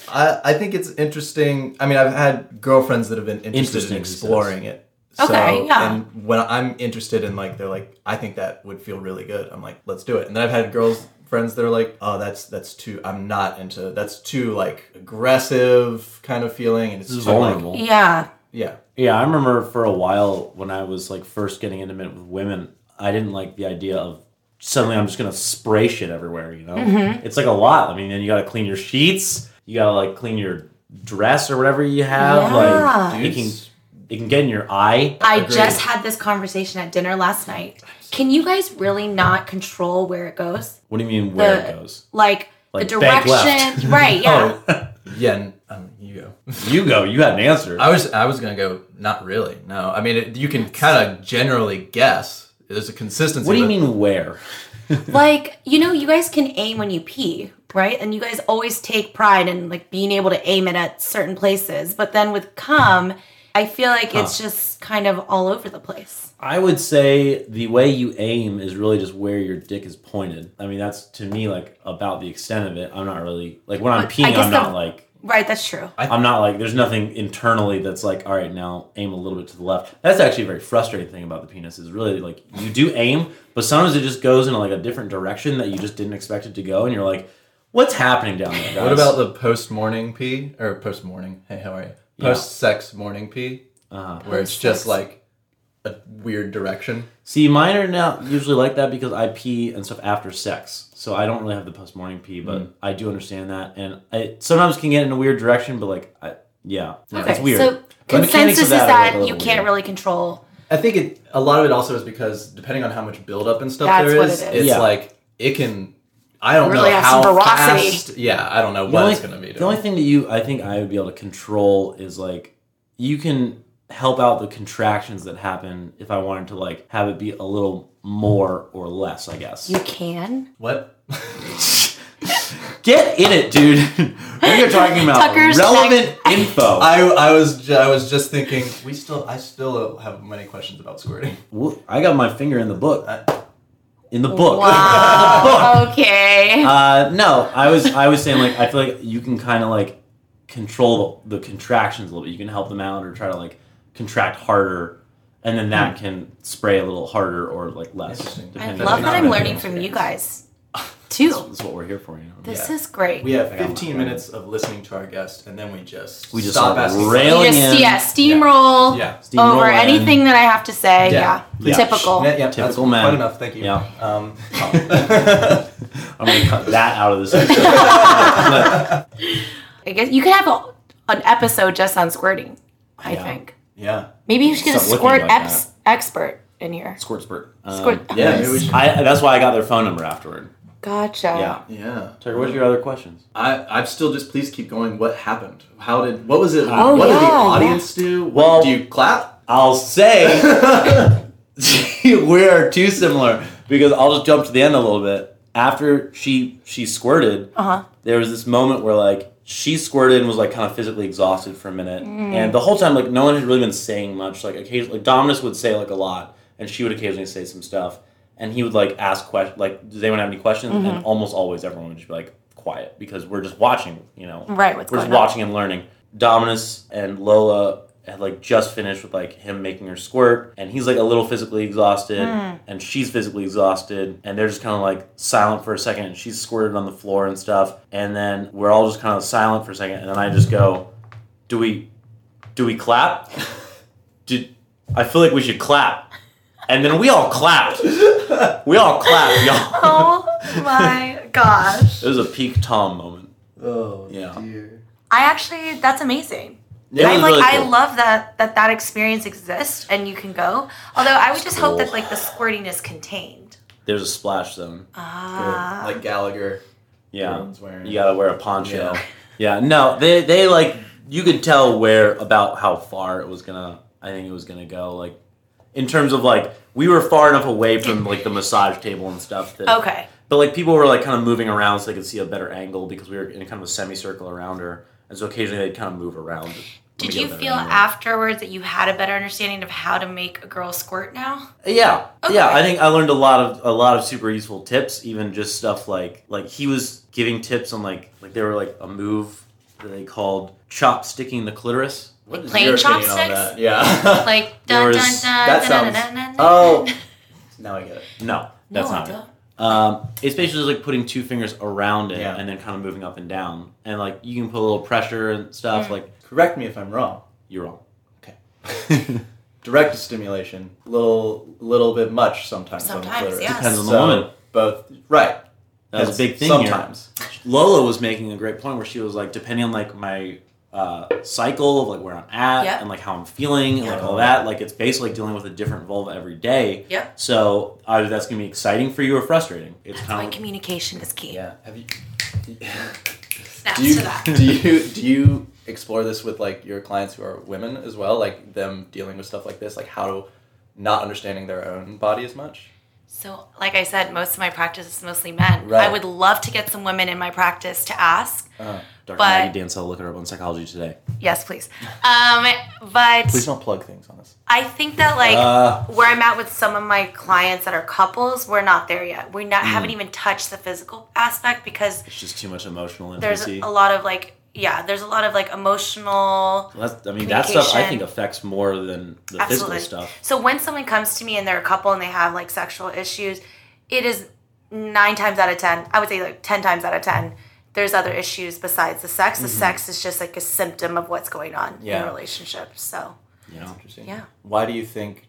Speaker 2: I, I think it's interesting. I mean, I've had girlfriends that have been interested
Speaker 4: Interesting,
Speaker 2: in
Speaker 4: he says.
Speaker 2: exploring it.
Speaker 3: Okay, yeah.
Speaker 2: And when I'm interested in like, they're like, I think that would feel really good. I'm like, let's do it. And then I've had girls friends that are like, oh, that's that's too. I'm not into. That's too like aggressive kind of feeling, and it's
Speaker 4: This is
Speaker 2: too, like-
Speaker 4: vulnerable.
Speaker 3: yeah.
Speaker 2: yeah.
Speaker 4: Yeah, I remember for a while when I was like first getting intimate with women, I didn't like the idea of suddenly I'm just gonna spray shit everywhere. You know,
Speaker 3: Mm-hmm.
Speaker 4: it's like a lot. I mean, then you gotta clean your sheets, you gotta like clean your dress or whatever you have.
Speaker 3: Yeah.
Speaker 4: Like it can
Speaker 2: Dudes.
Speaker 4: it can get in your eye.
Speaker 3: I
Speaker 2: Agreed.
Speaker 3: just had this conversation at dinner last night. Can you guys really not control where it goes?
Speaker 4: What do you mean where
Speaker 3: The-
Speaker 4: it goes?
Speaker 3: Like,
Speaker 4: Like
Speaker 3: the
Speaker 4: bank left. Oh, (laughs)
Speaker 3: direction, right? Yeah.
Speaker 2: Yeah, and, um, you go. (laughs)
Speaker 4: You go. You had an answer.
Speaker 2: I was I was gonna go. Not really. No, I mean it, you can kind of generally guess. There's a consistency.
Speaker 4: what do you
Speaker 2: but-
Speaker 4: mean where?
Speaker 3: like you know, you guys can aim when you pee, right? And you guys always take pride in like being able to aim it at certain places. But then with cum, I feel like it's just kind of all over the place.
Speaker 4: I would say the way you aim is really just where your dick is pointed. I mean, that's to me like about the extent of it. I'm not really like when I'm
Speaker 3: But I
Speaker 4: peeing,
Speaker 3: guess
Speaker 4: I'm
Speaker 3: the-
Speaker 4: not like
Speaker 3: Right? That's true.
Speaker 4: I'm not like there's nothing internally that's like all right now aim a little bit to the left. That's actually a very frustrating thing about the penis is really like you do aim, but sometimes it just goes in like a different direction that you just didn't expect it to go, and you're like, what's happening down there? Guys?
Speaker 2: What about the post morning pee or post morning? Hey, how are you? Post sex morning pee,
Speaker 4: Uh-huh.
Speaker 2: where it's just like a weird direction.
Speaker 4: See, mine are not usually like that because I pee and stuff after sex, so I don't really have the post morning pee, but
Speaker 2: Mm.
Speaker 4: I do understand that, and I sometimes can get in a weird direction, but like I yeah, yeah it's weird.
Speaker 3: So
Speaker 4: The mechanics
Speaker 3: consensus
Speaker 4: of
Speaker 3: is
Speaker 4: that are,
Speaker 3: that,
Speaker 4: like, a little
Speaker 3: you can't
Speaker 4: weird.
Speaker 3: really control.
Speaker 2: I think it. A lot of it also is because depending on how much buildup and stuff
Speaker 3: That's
Speaker 2: there
Speaker 3: what
Speaker 2: is,
Speaker 3: it is.
Speaker 2: it's
Speaker 4: Yeah.
Speaker 2: like it can. I don't
Speaker 3: Really
Speaker 2: know
Speaker 3: have
Speaker 2: how
Speaker 3: some ferocity.
Speaker 2: fast. Yeah, I don't know
Speaker 4: the
Speaker 2: what
Speaker 4: only,
Speaker 2: it's gonna be.
Speaker 4: the only thing that you I think I would be able to control is like you can help out the contractions that happen if I wanted to like have it be a little more or less, I guess.
Speaker 3: You can.
Speaker 2: what?
Speaker 4: Get in it, dude. (laughs) we are talking about
Speaker 3: Tucker's
Speaker 4: relevant info. I,
Speaker 2: I I was ju- I was just thinking. We still I still have many questions about squirting.
Speaker 4: Woo- I got my finger in the book.
Speaker 2: I,
Speaker 4: in the book.
Speaker 3: Wow. okay.
Speaker 4: Uh, no, I was I was saying like I feel like you can kind of like control the, the contractions a little bit. You can help them out or try to like contract harder, and then that can spray a little harder or like less.
Speaker 2: Interesting.
Speaker 3: I
Speaker 4: depending
Speaker 3: love
Speaker 4: on
Speaker 3: that
Speaker 4: how
Speaker 3: I'm
Speaker 4: it
Speaker 3: learning
Speaker 4: goes.
Speaker 3: from you guys
Speaker 4: That's,
Speaker 3: too.
Speaker 4: that's what we're here for, you know.
Speaker 3: This
Speaker 2: Yeah.
Speaker 3: is great.
Speaker 2: We have
Speaker 4: Like, I'm-
Speaker 2: 15 minutes of listening to our guest, and then we just
Speaker 4: We just
Speaker 2: stop
Speaker 4: like
Speaker 2: asking.
Speaker 4: rail-
Speaker 3: You
Speaker 4: Failing
Speaker 3: just,
Speaker 4: in-
Speaker 3: yeah, steamroll
Speaker 2: Yeah.
Speaker 4: Steamroll
Speaker 3: over
Speaker 4: in.
Speaker 3: anything that I have to say.
Speaker 2: Yeah.
Speaker 3: Yeah.
Speaker 4: Yeah.
Speaker 3: Typical.
Speaker 2: Yeah, yeah, that's
Speaker 4: Typical man.
Speaker 2: Quite enough. Thank you.
Speaker 4: Yeah.
Speaker 2: Um, (laughs)
Speaker 4: I'm gonna cut that out
Speaker 3: (laughs)
Speaker 4: of this. episode.
Speaker 3: I guess you could have a, an episode just on squirting, I
Speaker 4: Yeah.
Speaker 3: think.
Speaker 2: yeah.
Speaker 3: Maybe you should get a
Speaker 4: Stop looking
Speaker 3: squirt
Speaker 4: like
Speaker 3: ex- expert in here.
Speaker 4: Squirt spurt. Um,
Speaker 3: Squirt.
Speaker 2: Yeah. Maybe we should.
Speaker 4: I, that's why I got their phone number afterward.
Speaker 3: Gotcha.
Speaker 4: Yeah.
Speaker 2: Yeah.
Speaker 4: Tucker, what's your other questions?
Speaker 2: I, I'm still just please keep going. What happened? How did? What was it?
Speaker 4: Oh,
Speaker 2: what did the
Speaker 3: yeah,
Speaker 2: audience do? What,
Speaker 4: Well-
Speaker 2: do you (laughs) clap? Oh,
Speaker 4: I'll say (laughs) we are too similar because I'll just jump to the end a little bit. After she she squirted,
Speaker 3: Uh-huh.
Speaker 4: there was this moment where like she squirted and was like kind of physically exhausted for a minute, and the whole time like no one had really been saying much. Like occasionally, like Dominus would say like a lot, and she would occasionally say some stuff, and he would like ask questions. Like, does anyone have any questions? And almost always everyone would just be like quiet because we're just watching, you know.
Speaker 3: Right, what's
Speaker 4: we're just
Speaker 3: going on.
Speaker 4: watching and learning. Dominus and Lola had like just finished with like him making her squirt, and he's like a little physically exhausted,
Speaker 3: Hmm.
Speaker 4: and she's physically exhausted, and they're just kind of like silent for a second, and she's squirted on the floor and stuff, and then we're all just kind of silent for a second, and then I just go, "Do we, do we
Speaker 3: (laughs)
Speaker 4: clap? Did I feel like we should clap?" And then we all
Speaker 3: (laughs)
Speaker 4: clapped. We all clapped, y'all.
Speaker 3: Oh
Speaker 4: (laughs)
Speaker 3: my gosh.
Speaker 4: It was a peak Tom moment.
Speaker 2: Oh
Speaker 4: Yeah.
Speaker 2: dear.
Speaker 3: I actually, that's amazing.
Speaker 4: It
Speaker 3: I
Speaker 4: was
Speaker 3: like
Speaker 4: really
Speaker 3: I
Speaker 4: cool.
Speaker 3: love that that that experience exists and you can go. Although I would just hope that like the squirting is contained.
Speaker 4: There's a splash zone.
Speaker 3: Ah.
Speaker 2: like Gallagher.
Speaker 4: Yeah.
Speaker 2: Everyone's wearing.
Speaker 4: You gotta wear a poncho.
Speaker 2: Yeah.
Speaker 4: Yeah. no, they they like you could tell where about how far it was gonna. I think it was gonna go like in terms of like we were far enough away from like the massage table and stuff that
Speaker 3: okay.
Speaker 4: but like people were like kind of moving around so they could see a better angle because we were in kind of a semicircle around her and so occasionally they'd kind of move around. and we
Speaker 3: Did
Speaker 4: got
Speaker 3: you
Speaker 4: a better
Speaker 3: feel
Speaker 4: angle.
Speaker 3: afterwards that you had a better understanding of how to make a girl squirt now?
Speaker 4: Yeah,
Speaker 3: Okay.
Speaker 4: yeah. I think I learned a lot of a lot of super useful tips, even just stuff like like he was giving tips on like like there were like a move that they called chop sticking the clitoris.
Speaker 2: What is
Speaker 3: Plain
Speaker 2: your opinion on
Speaker 3: chopsticks?
Speaker 2: that? Yeah. (laughs)
Speaker 3: Like
Speaker 4: There
Speaker 3: dun dun
Speaker 4: was-
Speaker 3: dun
Speaker 2: that
Speaker 3: dun
Speaker 2: sounds-
Speaker 3: dun dun dun. dun. (laughs)
Speaker 2: oh. Now I get it.
Speaker 4: No, that's
Speaker 3: No,
Speaker 4: not
Speaker 3: I
Speaker 4: it.
Speaker 3: don't.
Speaker 4: Um, it's basically just like putting two fingers around it
Speaker 2: Yeah.
Speaker 4: and then kind of moving up and down, and like you can put a little pressure and stuff.
Speaker 3: Mm.
Speaker 4: Like
Speaker 2: Correct me if I'm wrong.
Speaker 4: you're wrong.
Speaker 2: (laughs) Direct stimulation, little little bit much sometimes. on the
Speaker 3: Sometimes,
Speaker 2: clitoris.
Speaker 3: yes.
Speaker 4: Depends on the
Speaker 2: So,
Speaker 4: woman.
Speaker 2: Both right.
Speaker 4: That was a big thing. here.
Speaker 2: Sometimes.
Speaker 4: Lola was making a great point where she was like, depending on like my uh, cycle of like where I'm at
Speaker 3: Yep.
Speaker 4: and like how I'm feeling and like
Speaker 2: Yep.
Speaker 4: all that, like it's basically dealing with a different vulva every day.
Speaker 3: Yep.
Speaker 4: So either that's gonna be exciting for you or frustrating. It's
Speaker 3: That's why
Speaker 4: kind of
Speaker 3: communication is key.
Speaker 2: Yeah. Have you?
Speaker 3: Snaps
Speaker 2: Do you,
Speaker 3: to that.
Speaker 2: do you do you explore this with like your clients who are women as well, like them dealing with stuff like this, like how not understanding their own body as much?
Speaker 3: So, like I said, most of my practice is mostly men.
Speaker 2: Right.
Speaker 3: I would love to get some women in my practice to ask.
Speaker 4: Dr.
Speaker 3: but-
Speaker 4: Maggie Dancel, look her up on psychology today.
Speaker 3: Yes, please. Um, but
Speaker 2: Please don't plug things on us.
Speaker 3: I think that like
Speaker 4: Uh.
Speaker 3: where I'm at with some of my clients that are couples, we're not there yet. We
Speaker 2: Hmm.
Speaker 3: not haven't even touched the physical aspect because
Speaker 4: It's just too much emotional
Speaker 3: there's
Speaker 4: intimacy.
Speaker 3: a lot of like yeah, there's a lot of like emotional
Speaker 4: That's, I mean, that stuff I
Speaker 3: communication.
Speaker 4: think affects more than the physical stuff.
Speaker 3: So when someone comes to me and they're a couple and they have like sexual issues, it is nine times out of ten, I would say like ten times out of ten, there's other issues besides the sex. The sex is just like a symptom of what's going on in
Speaker 2: Yeah.
Speaker 3: a relationship. So
Speaker 4: You know?
Speaker 2: Interesting.
Speaker 3: Yeah.
Speaker 2: Why do you think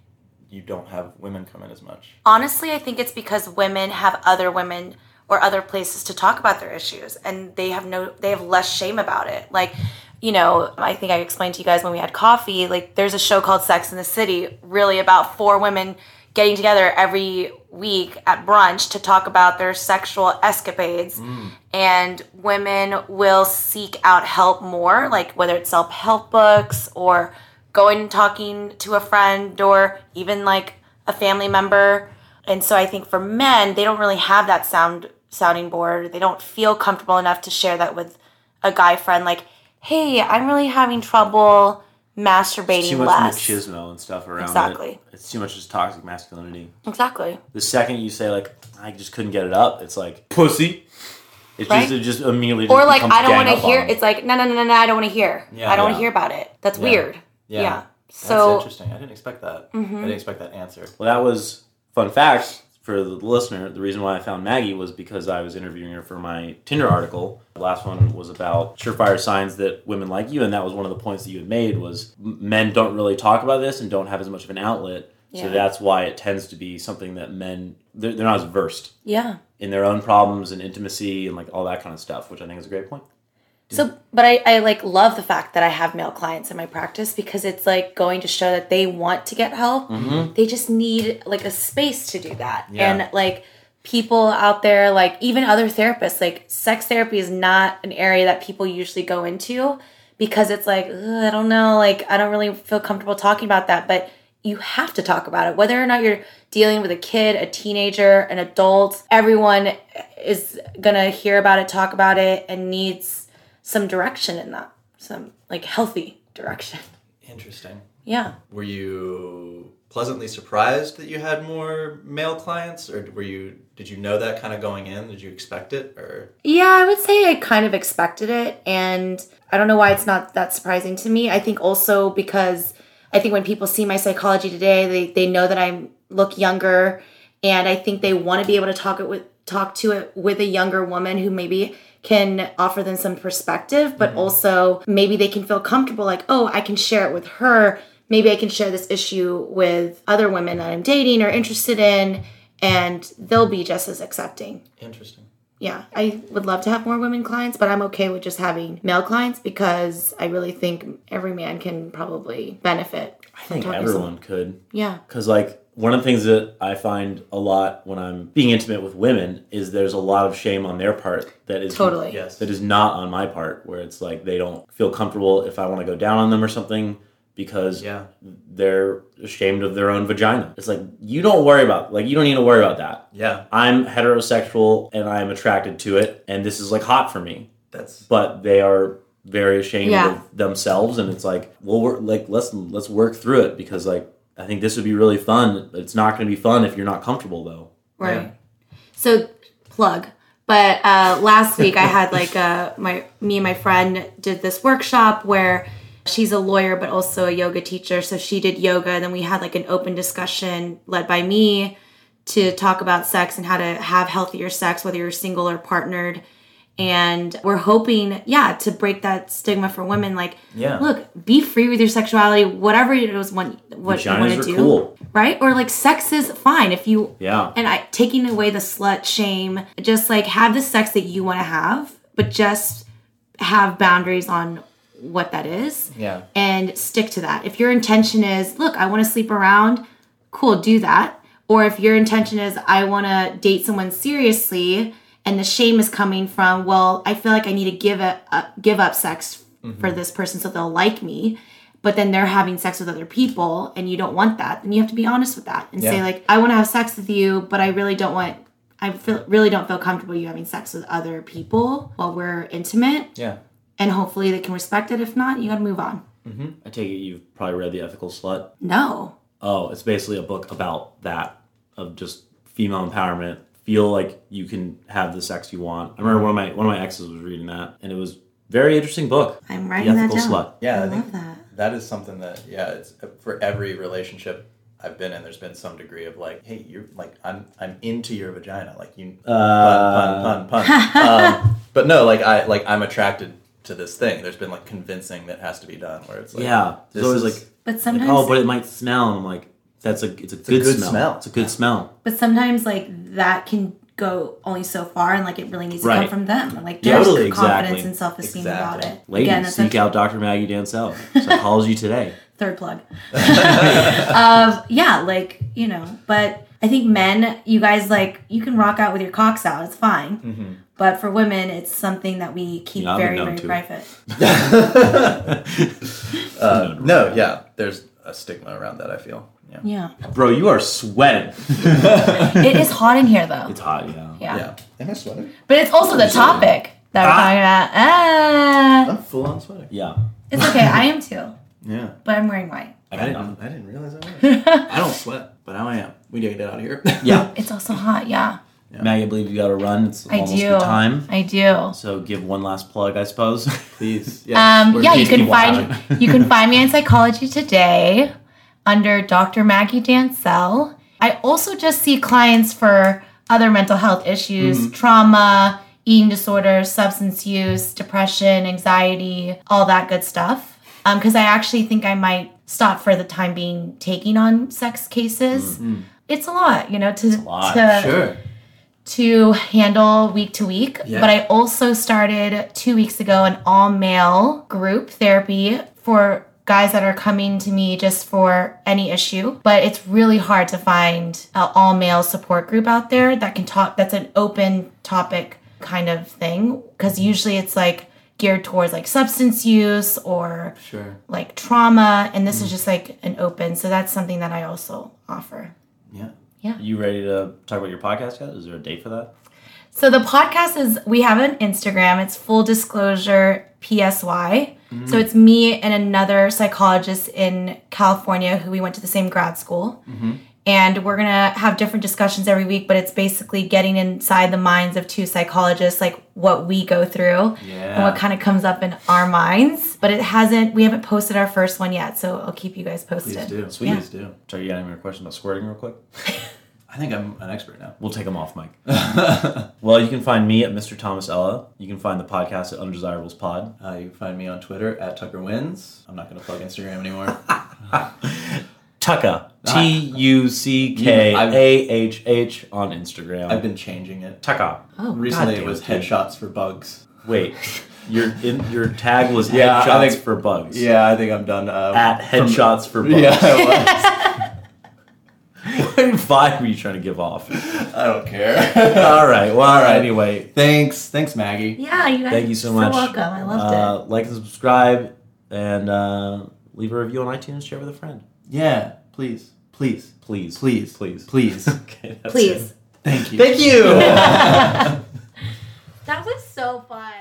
Speaker 2: you don't have women come in as much?
Speaker 3: honestly, I think it's because women have other women or other places to talk about their issues and they have no they have less shame about it. Like, you know, I think I explained to you guys when we had coffee, like there's a show called Sex in the City, really about four women getting together every week at brunch to talk about their sexual escapades and women will seek out help more, like whether it's self help books or going and talking to a friend or even like a family member. And so I think for men, they don't really have that sound sounding board. They don't feel comfortable enough to share that with a guy friend, like, hey, I'm really having trouble masturbating
Speaker 4: too much
Speaker 3: less.
Speaker 4: machismo and stuff around
Speaker 3: Exactly.
Speaker 4: it. It's too much just toxic masculinity.
Speaker 3: Exactly.
Speaker 4: The second you say like I just couldn't get it up, it's like pussy. It's
Speaker 3: Right?
Speaker 4: just it just immediately
Speaker 3: Or
Speaker 4: just
Speaker 3: like
Speaker 4: becomes
Speaker 3: I don't
Speaker 4: gang
Speaker 3: want to
Speaker 4: up on
Speaker 3: hear.
Speaker 4: them.
Speaker 3: It's like no, no, no, no, no. I don't want to hear.
Speaker 2: Yeah.
Speaker 3: I don't want
Speaker 4: Yeah.
Speaker 3: to hear about it. That's
Speaker 2: Yeah.
Speaker 3: weird. Yeah.
Speaker 2: Yeah.
Speaker 3: So Mm-hmm.
Speaker 2: That's interesting. I didn't expect that. I didn't expect that answer.
Speaker 4: Well, that was fun fact for the listener. The reason why I found Maggie was because I was interviewing her for my Tinder article. The last one was about surefire signs that women like you, and that was one of the points that you had made was m- men don't really talk about this and don't have as much of an outlet.
Speaker 3: Yeah.
Speaker 4: So that's why it tends to be something that men they're, they're not as versed
Speaker 3: yeah.
Speaker 4: in their own problems and intimacy and like all that kind of stuff, which I think is a great point.
Speaker 3: So, but I, I like love the fact that I have male clients in my practice because it's like going to show that they want to get help. They just need like a space to do that.
Speaker 2: Yeah.
Speaker 3: And like people out there, like even other therapists, like sex therapy is not an area that people usually go into because it's like, "Ugh, I don't know, like I don't really feel comfortable talking about that. But you have to talk about it, whether or not you're dealing with a kid, a teenager, an adult, everyone is gonna hear about it, talk about it, and needs some direction in that some like healthy direction (laughs)
Speaker 2: Interesting.
Speaker 3: yeah
Speaker 2: Were you pleasantly surprised that you had more male clients, or were you? Did you know that kind of going in? Did you expect it, or
Speaker 3: yeah i would say i kind of expected it and i don't know why it's not that surprising to me i think also because i think when people see my psychology today they, they know that i look younger and i think they want to be able to talk it with talk to it with a younger woman who maybe can offer them some perspective but also maybe they can feel comfortable like oh i can share it with her maybe I can share this issue with other women that I'm dating or interested in, and they'll be just as accepting.
Speaker 2: interesting?
Speaker 3: Yeah, I would love to have more women clients, but I'm okay with just having male clients because I really think every man can probably benefit.
Speaker 4: I think
Speaker 3: talking to
Speaker 4: everyone could.
Speaker 3: Yeah.
Speaker 4: Because, like, one of the things that I find a lot when I'm being intimate with women is there's a lot of shame on their part that is
Speaker 3: Totally.
Speaker 2: Yes.
Speaker 4: that is not on my part, where it's like they don't feel comfortable if I want to go down on them or something because
Speaker 2: Yeah.
Speaker 4: they're ashamed of their own vagina. It's like you don't worry about like you don't need to worry about that.
Speaker 2: Yeah.
Speaker 4: I'm heterosexual and I'm attracted to it, and this is like hot for me.
Speaker 2: That's
Speaker 4: But they are very ashamed
Speaker 3: Yeah.
Speaker 4: of themselves, and it's like, well, we're like let's let's work through it because like I think this would be really fun. It's not going to be fun if you're not comfortable though.
Speaker 3: Right. So plug. But uh, last week I
Speaker 4: (laughs)
Speaker 3: had like uh, my me and my friend did this workshop where she's a lawyer but also a yoga teacher. So she did yoga, and then we had like an open discussion led by me to talk about sex and how to have healthier sex, whether you're single or partnered. And we're hoping, yeah, to break that stigma for women. Like,
Speaker 2: Yeah.
Speaker 3: look, be free with your sexuality, whatever it is, one what you want
Speaker 4: Vaginas
Speaker 3: to
Speaker 4: are
Speaker 3: do,
Speaker 4: cool.
Speaker 3: right? Or like, sex is fine if you
Speaker 4: Yeah.
Speaker 3: and I taking away the slut shame. Just like have the sex that you want to have, but just have boundaries on what that is
Speaker 2: yeah.
Speaker 3: and stick to that. If your intention is, look, I want to sleep around, cool, do that. Or if your intention is, I want to date someone seriously, and the shame is coming from, well, I feel like I need to give it up, give up sex
Speaker 2: Mm-hmm.
Speaker 3: for this person so they'll like me. But then they're having sex with other people, and you don't want that. Then you have to be honest with that and say,
Speaker 2: Yeah.
Speaker 3: like, I want to have sex with you, but I really don't want. I feel really don't feel comfortable you having sex with other people while we're intimate,
Speaker 2: Yeah.
Speaker 3: and hopefully they can respect it. If not, you got to move on.
Speaker 4: I take it you've probably read the Ethical Slut.
Speaker 3: No.
Speaker 4: Oh, it's basically a book about that of just female empowerment. Feel like you can have the sex you want. I remember one of my one of my exes was reading that, and it was a very interesting book.
Speaker 3: I'm
Speaker 4: The
Speaker 3: writing that
Speaker 4: Ethical
Speaker 3: down.
Speaker 4: Slut.
Speaker 2: Yeah. I,
Speaker 3: I
Speaker 2: think
Speaker 3: love that.
Speaker 2: that is something that yeah, it's for every relationship I've been in. There's been some degree of like, hey, you're like, I'm I'm into your vagina, like you pun pun pun (laughs) pun. um, but no, like I like I'm attracted to this thing. There's been like convincing that has to be done where it's like,
Speaker 4: yeah,
Speaker 2: this
Speaker 4: it's always
Speaker 2: is-
Speaker 4: like,
Speaker 3: But
Speaker 4: like,
Speaker 3: sometimes,
Speaker 4: oh, but it might smell. And I'm like, that's a it's a good,
Speaker 2: good
Speaker 4: smell.
Speaker 2: smell.
Speaker 4: It's a good smell.
Speaker 3: but sometimes like that can go only so far, and like it really needs to come
Speaker 4: Right.
Speaker 3: from them. And, like
Speaker 4: Yeah,
Speaker 3: there's
Speaker 4: totally,
Speaker 3: confidence
Speaker 4: exactly.
Speaker 3: and self esteem about
Speaker 2: Exactly.
Speaker 3: it.
Speaker 4: Ladies,
Speaker 3: Again, that's
Speaker 4: seek
Speaker 3: a
Speaker 4: out Dr. Maggie Dansell. Psychology Today. (laughs)
Speaker 3: third plug. (laughs) um, yeah, like you know, but I think men, you guys like you can rock out with your cocks out. It's fine. But for women, it's something that we
Speaker 4: Mm-hmm.
Speaker 3: keep
Speaker 4: Yeah, I've been
Speaker 3: very,
Speaker 4: known
Speaker 3: very
Speaker 4: to.
Speaker 3: private.
Speaker 2: Uh, no, yeah, there's a stigma around that. I feel. Yeah.
Speaker 3: Yeah,
Speaker 4: Bro, you are sweating.
Speaker 6: It is hot in here though.
Speaker 4: (laughs) It's hot, yeah.
Speaker 6: Yeah.
Speaker 2: Yeah. Am I sweating?
Speaker 6: But it's also the topic that we're talking about. Ah.
Speaker 2: I'm full on sweating.
Speaker 4: Yeah.
Speaker 3: it's okay. I am too.
Speaker 2: Yeah.
Speaker 3: but I'm wearing white.
Speaker 2: I,
Speaker 7: got
Speaker 2: didn't.
Speaker 7: nothing.
Speaker 2: I didn't realize (laughs) that. I don't sweat, but now I am. We gotta get out of (laughs) here.
Speaker 4: Yeah.
Speaker 3: It's also hot, yeah.
Speaker 4: Maggie, I believe you got to run. It's
Speaker 3: I
Speaker 4: almost
Speaker 3: do.
Speaker 4: the time.
Speaker 3: I do.
Speaker 4: So give one last plug, I suppose. (laughs)
Speaker 2: (laughs) Please. Yes.
Speaker 3: Um,
Speaker 2: We're-
Speaker 3: yeah, you
Speaker 4: just
Speaker 3: can
Speaker 4: people
Speaker 3: find you can find me on Psychology Today under Dr. Maggie Dansell. I also just see clients for other mental health issues, trauma, eating disorders, substance use, depression, anxiety, all that good stuff. Because I actually think I might stop for the time being taking on sex cases. It's a lot, you know, to
Speaker 4: lot,
Speaker 3: to
Speaker 2: Sure.
Speaker 3: to handle week to week.
Speaker 2: Yeah.
Speaker 3: But I also started two weeks ago an all male group therapy for guys that are coming to me just for any issue. But it's really hard to find an all male support group out there that can talk, that's an open topic kind of thing. Because usually it's like geared towards like substance use or
Speaker 2: Sure.
Speaker 3: like trauma. And this is just like an open. So that's something that I also offer.
Speaker 2: Yeah.
Speaker 4: you ready to talk about your podcast yet? Is there a date for that?
Speaker 3: So the podcast is we have an Instagram. It's full disclosure PSY.
Speaker 4: Mm.
Speaker 3: So it's me and another psychologist in California who we went to the same grad school.
Speaker 4: Mm-hmm.
Speaker 3: And we're going to have different discussions every week, but it's basically getting inside the minds of two psychologists like what we go through and
Speaker 4: Yeah.
Speaker 3: what kind of comes up in our minds. But it hasn't we haven't posted our first one yet, so I'll keep you guys posted.
Speaker 2: Please do.
Speaker 4: Sweet.
Speaker 2: Please do.
Speaker 4: Sorry, you got any more questions about squirting real quick?
Speaker 2: I think I'm an expert now.
Speaker 4: We'll take them off, (laughs) Mike. well, you can find me at Mr. Thomas Ella. You can find the podcast at Undesirables Pod.
Speaker 2: Uh, you can find me on Twitter at Tucker Wins. I'm not gonna plug Instagram anymore.
Speaker 4: Tucka. T U C K A H H on Instagram.
Speaker 2: I've been changing it.
Speaker 4: Tucka.
Speaker 3: Oh,
Speaker 2: Recently,
Speaker 4: goddamn,
Speaker 2: it was
Speaker 4: dude.
Speaker 2: headshots for bugs.
Speaker 4: Wait, your in, your tag was
Speaker 2: Yeah, I
Speaker 4: headshots
Speaker 2: think-
Speaker 4: for bugs.
Speaker 2: Yeah, I think I'm done. Uh,
Speaker 4: At
Speaker 2: from-
Speaker 4: headshots for bugs. (laughs)
Speaker 2: (laughs) Yeah, (laughs) I
Speaker 4: what vibe were you trying to give
Speaker 2: (laughs)
Speaker 4: off?
Speaker 2: was. I don't care. (laughs)
Speaker 4: All right. Well,
Speaker 2: All right.
Speaker 4: anyway,
Speaker 2: Thanks, thanks, Maggie.
Speaker 3: Yeah, you guys
Speaker 4: thank you so much.
Speaker 3: welcome. I loved it.
Speaker 4: uh, Like and subscribe, and uh, leave a review on iTunes. Share with a friend,
Speaker 2: Yeah, please, please,
Speaker 4: please.
Speaker 2: please,
Speaker 4: Please. (laughs)
Speaker 2: please.
Speaker 4: Okay, that's it.
Speaker 3: Please.
Speaker 2: Thank you.
Speaker 4: Thank you.
Speaker 3: That was so fun.